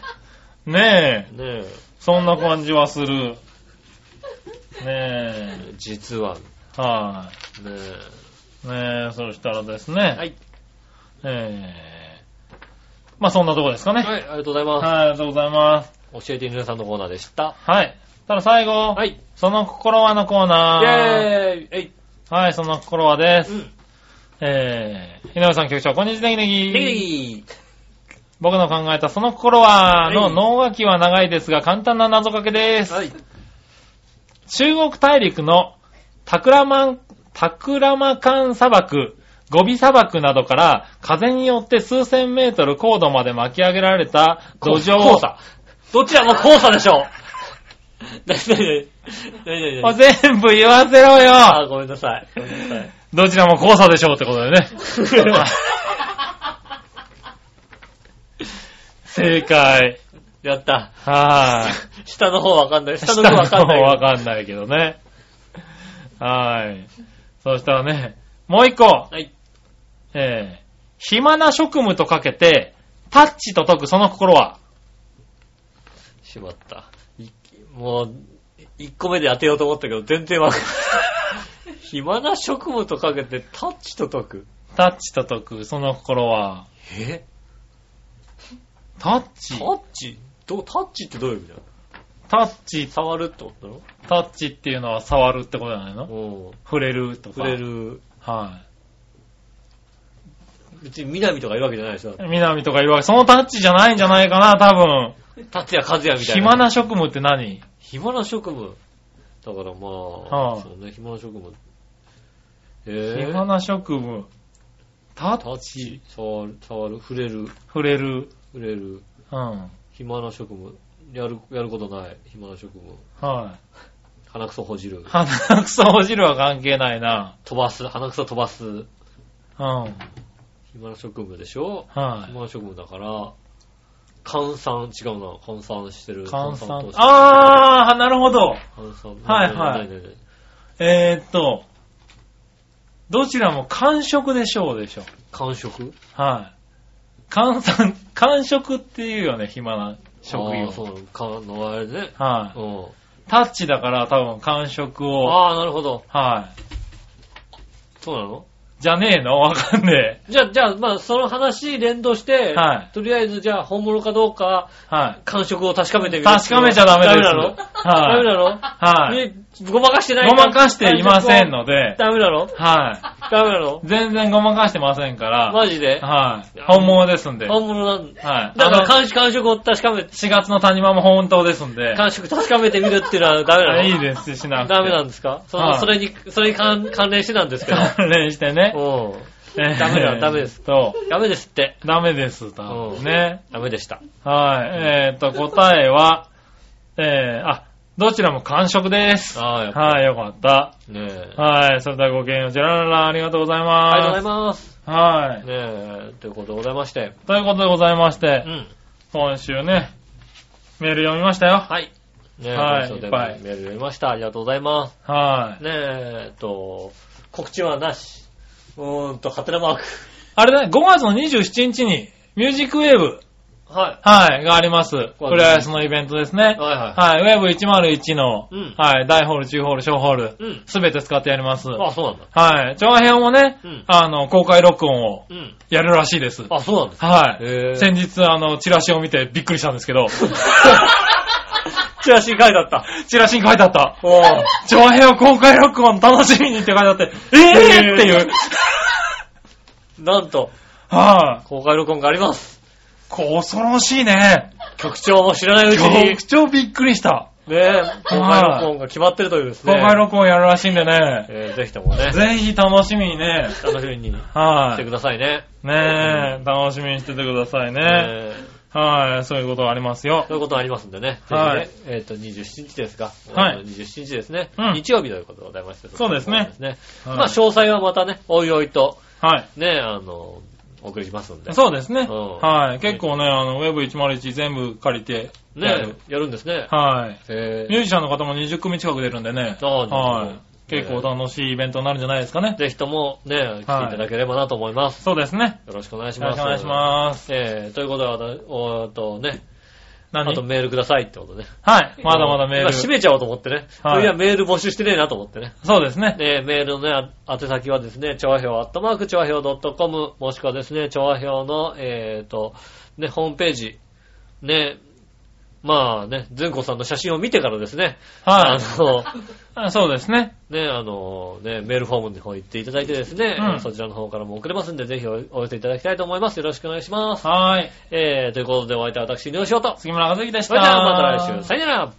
ねえ、ねそんな感じはする。ねえ、実は、ねえ、はえ。い。ねえ、そしたらですね、はい。えー、まあそんなとこですかね。はい、ありがとうございはい、まありがとうございます。す。教えて皆さんのコーナーでした。はい。ただ最後、はい。イその心はのコーェナー。ーイえい。はい、その心はです。うん。えー、井上さん局長、こんにちは、ネギネギ。ネギネギ僕の考えたその心は、はのい脳書きは長いですが、簡単な謎かけです。はい。中国大陸のタクラマン、タクラマカン砂漠、ゴビ砂漠などから風によって数千メートル高度まで巻き上げられた土壌。こ黄砂。どちらも交差でし ょう。なになになになになあに全部言わせろあよー、ごめんなさい。ごめんなさい。どちらも交差でしょうってこと でね。正解。やった。はい。下の方わかんない。下の下方わかの方んない。わかんないけどね。はい。そしたらね、もう一個。はい。えー、暇な職務とかけて、タッチと解くその心は。しまった。いもう、1個目で当てようと思ったけど、全然わかんない。暇な職務とかけてタッチと解く。タッチと解くその心は。えタッタチッチどう、タッチってどういう意味だろタッチ、触るってことだろタッチっていうのは触るってことじゃないのうん。触れるとか。触れ。る。は別に南とかいるわけじゃないでしょ。い。南とか言うわけ。そのタッチじゃないんじゃないかな、多分。達也和也みたいな。暇な職務って何暇な職務。だからまあ、はあそうね、暇な職務。えー、暇な職務。タタッッチチ、、触る、触る、触れる、触れる。触れる、うん。暇な職務。やる、やることない、暇な職務。は鼻くそほじるい。。鼻くそほじるは関係ないな。飛ばす、鼻くそ飛ばす。うん。暇な職務でしょはい。暇な職務だから、換算、違うな、換算してる。換算投。資あー、なるほど。換算。はいはいないないないえーっと、どちらも完食でしょうでしょ。間食はい。完産、完食っていうよね、暇な職あ業ー。そう、かのあれね。はうい。ん。タッチだから多分完食を。ああ、なるほど。はそうなのい。じゃねえのわかんねえ。じゃあ、じゃあ、まあ、その話連動して、はいとりあえず、じゃあ、本物かどうか、はい。感触を確かめてみる。確かめちゃダメでダす。メなのダメは。ないのはい。ねごまかしてないごまかしていません。ので、ダメなのはダメなのい。全然ごまかしてませんから、マジではい。本物ですんで。はい。本物なんだ。あだから、の、感触、感触を確かめ、 4月の谷間も本当ですんで。感触確かめてみるっていうのはダメなのあいいですしなくて。ダメなんですかそはのいそれに、それに関関連してなんです けど。関連してね。うん。えーダメだダメです。と、ダメですって。ダメです、多分ね。ダメでした。はい。えーっと、答えは、えー、あ、どちらも完食です。ああ、やっぱはい、よかった。りねえ。はい、それではごきげんよう。ジェラララ、ありがとうございありがとうございまます。す。はねい。え、ということでございまして。ということでございましうて、ん。今週ね、メール読みましたよ。はい。ねえ、はいとうことでいっぱいメール読みました。ありがとうございます。はい。ねえ、えっと、告知はなし。うーんと、ハテナマーク。あれだね、5月の27日に、ミュージックウェーブ、ははい、があります。プレアスのイベントですねい。。はいははい、ウェブ101の、うんはい、大ホール、中ホール、小ホールい。、うん。すべて使ってやります。あ、そうなんだ。はい、長編もね、うんあの、公開録音をうん。やるらしいです。あ、そうなんですか。はいへ。ー先日、あの、チラシを見てびっくりしたんで すけど、 チラシ書いてあった。チラシに書いてあった。おー長編を公開録音楽しみにって書いてあって、えーへーって いう。なんと、はい、公開録音があります。こう恐ろしいね。局長も知らないうちに、ね局長びっくりした。え、公開録音が決まってるというです公ね。開録音やるらしいんでね。えーぜひともね、ぜひ楽しみにね。楽しみにしはていく。ださいね。ねえ、楽しみにしててくださいね。えはい、そういうことありますーよ。そういうことありますんでね。はいぜひねえっと、27日ですか。はいえーと27日ですね。うん日曜日ということでございまして。そうですねそうですね。はいまあ、詳細はまたね、おいおいと、はい。ね、あの、お送りしますんで。そうですね。うんはい。結構ね、あの、Web101 全部借りて、ねやる。、やるんですね。はい。えミュージシャンの方も20組近く出るんでね。そうですねはい。結構楽しいイベントになるんじゃないですかねー、。ぜひともね、来ていただければなと思います。そうですね。よろしくお願いしよろましす。くお願いします。す。えー、ということは、おーっとね、あ何とメールくださいってことね。はい。まだまだメー今ル。閉めちゃおうと思ってね。はいいや、メール募集してねえなと思ってね。そうで すね。で、メールのね、あ宛先はですね、調和表、アットマーク、調和表 .com、もしくはですね、調和表の、えーと、ね、ホームページ、ね、まあね、善子さんの写真を見てからですね、はあの、い。そうですね。ね、あの、ね、メールフォームの方行っていただいてですね、うんそちらの方からも送れますんで、ぜひおお寄せいただきたいと思います。よろしくお願いします。はーい。えー、ということでお相手は私、井上翔と。杉村和之でしそた。れではまた来週、さよなら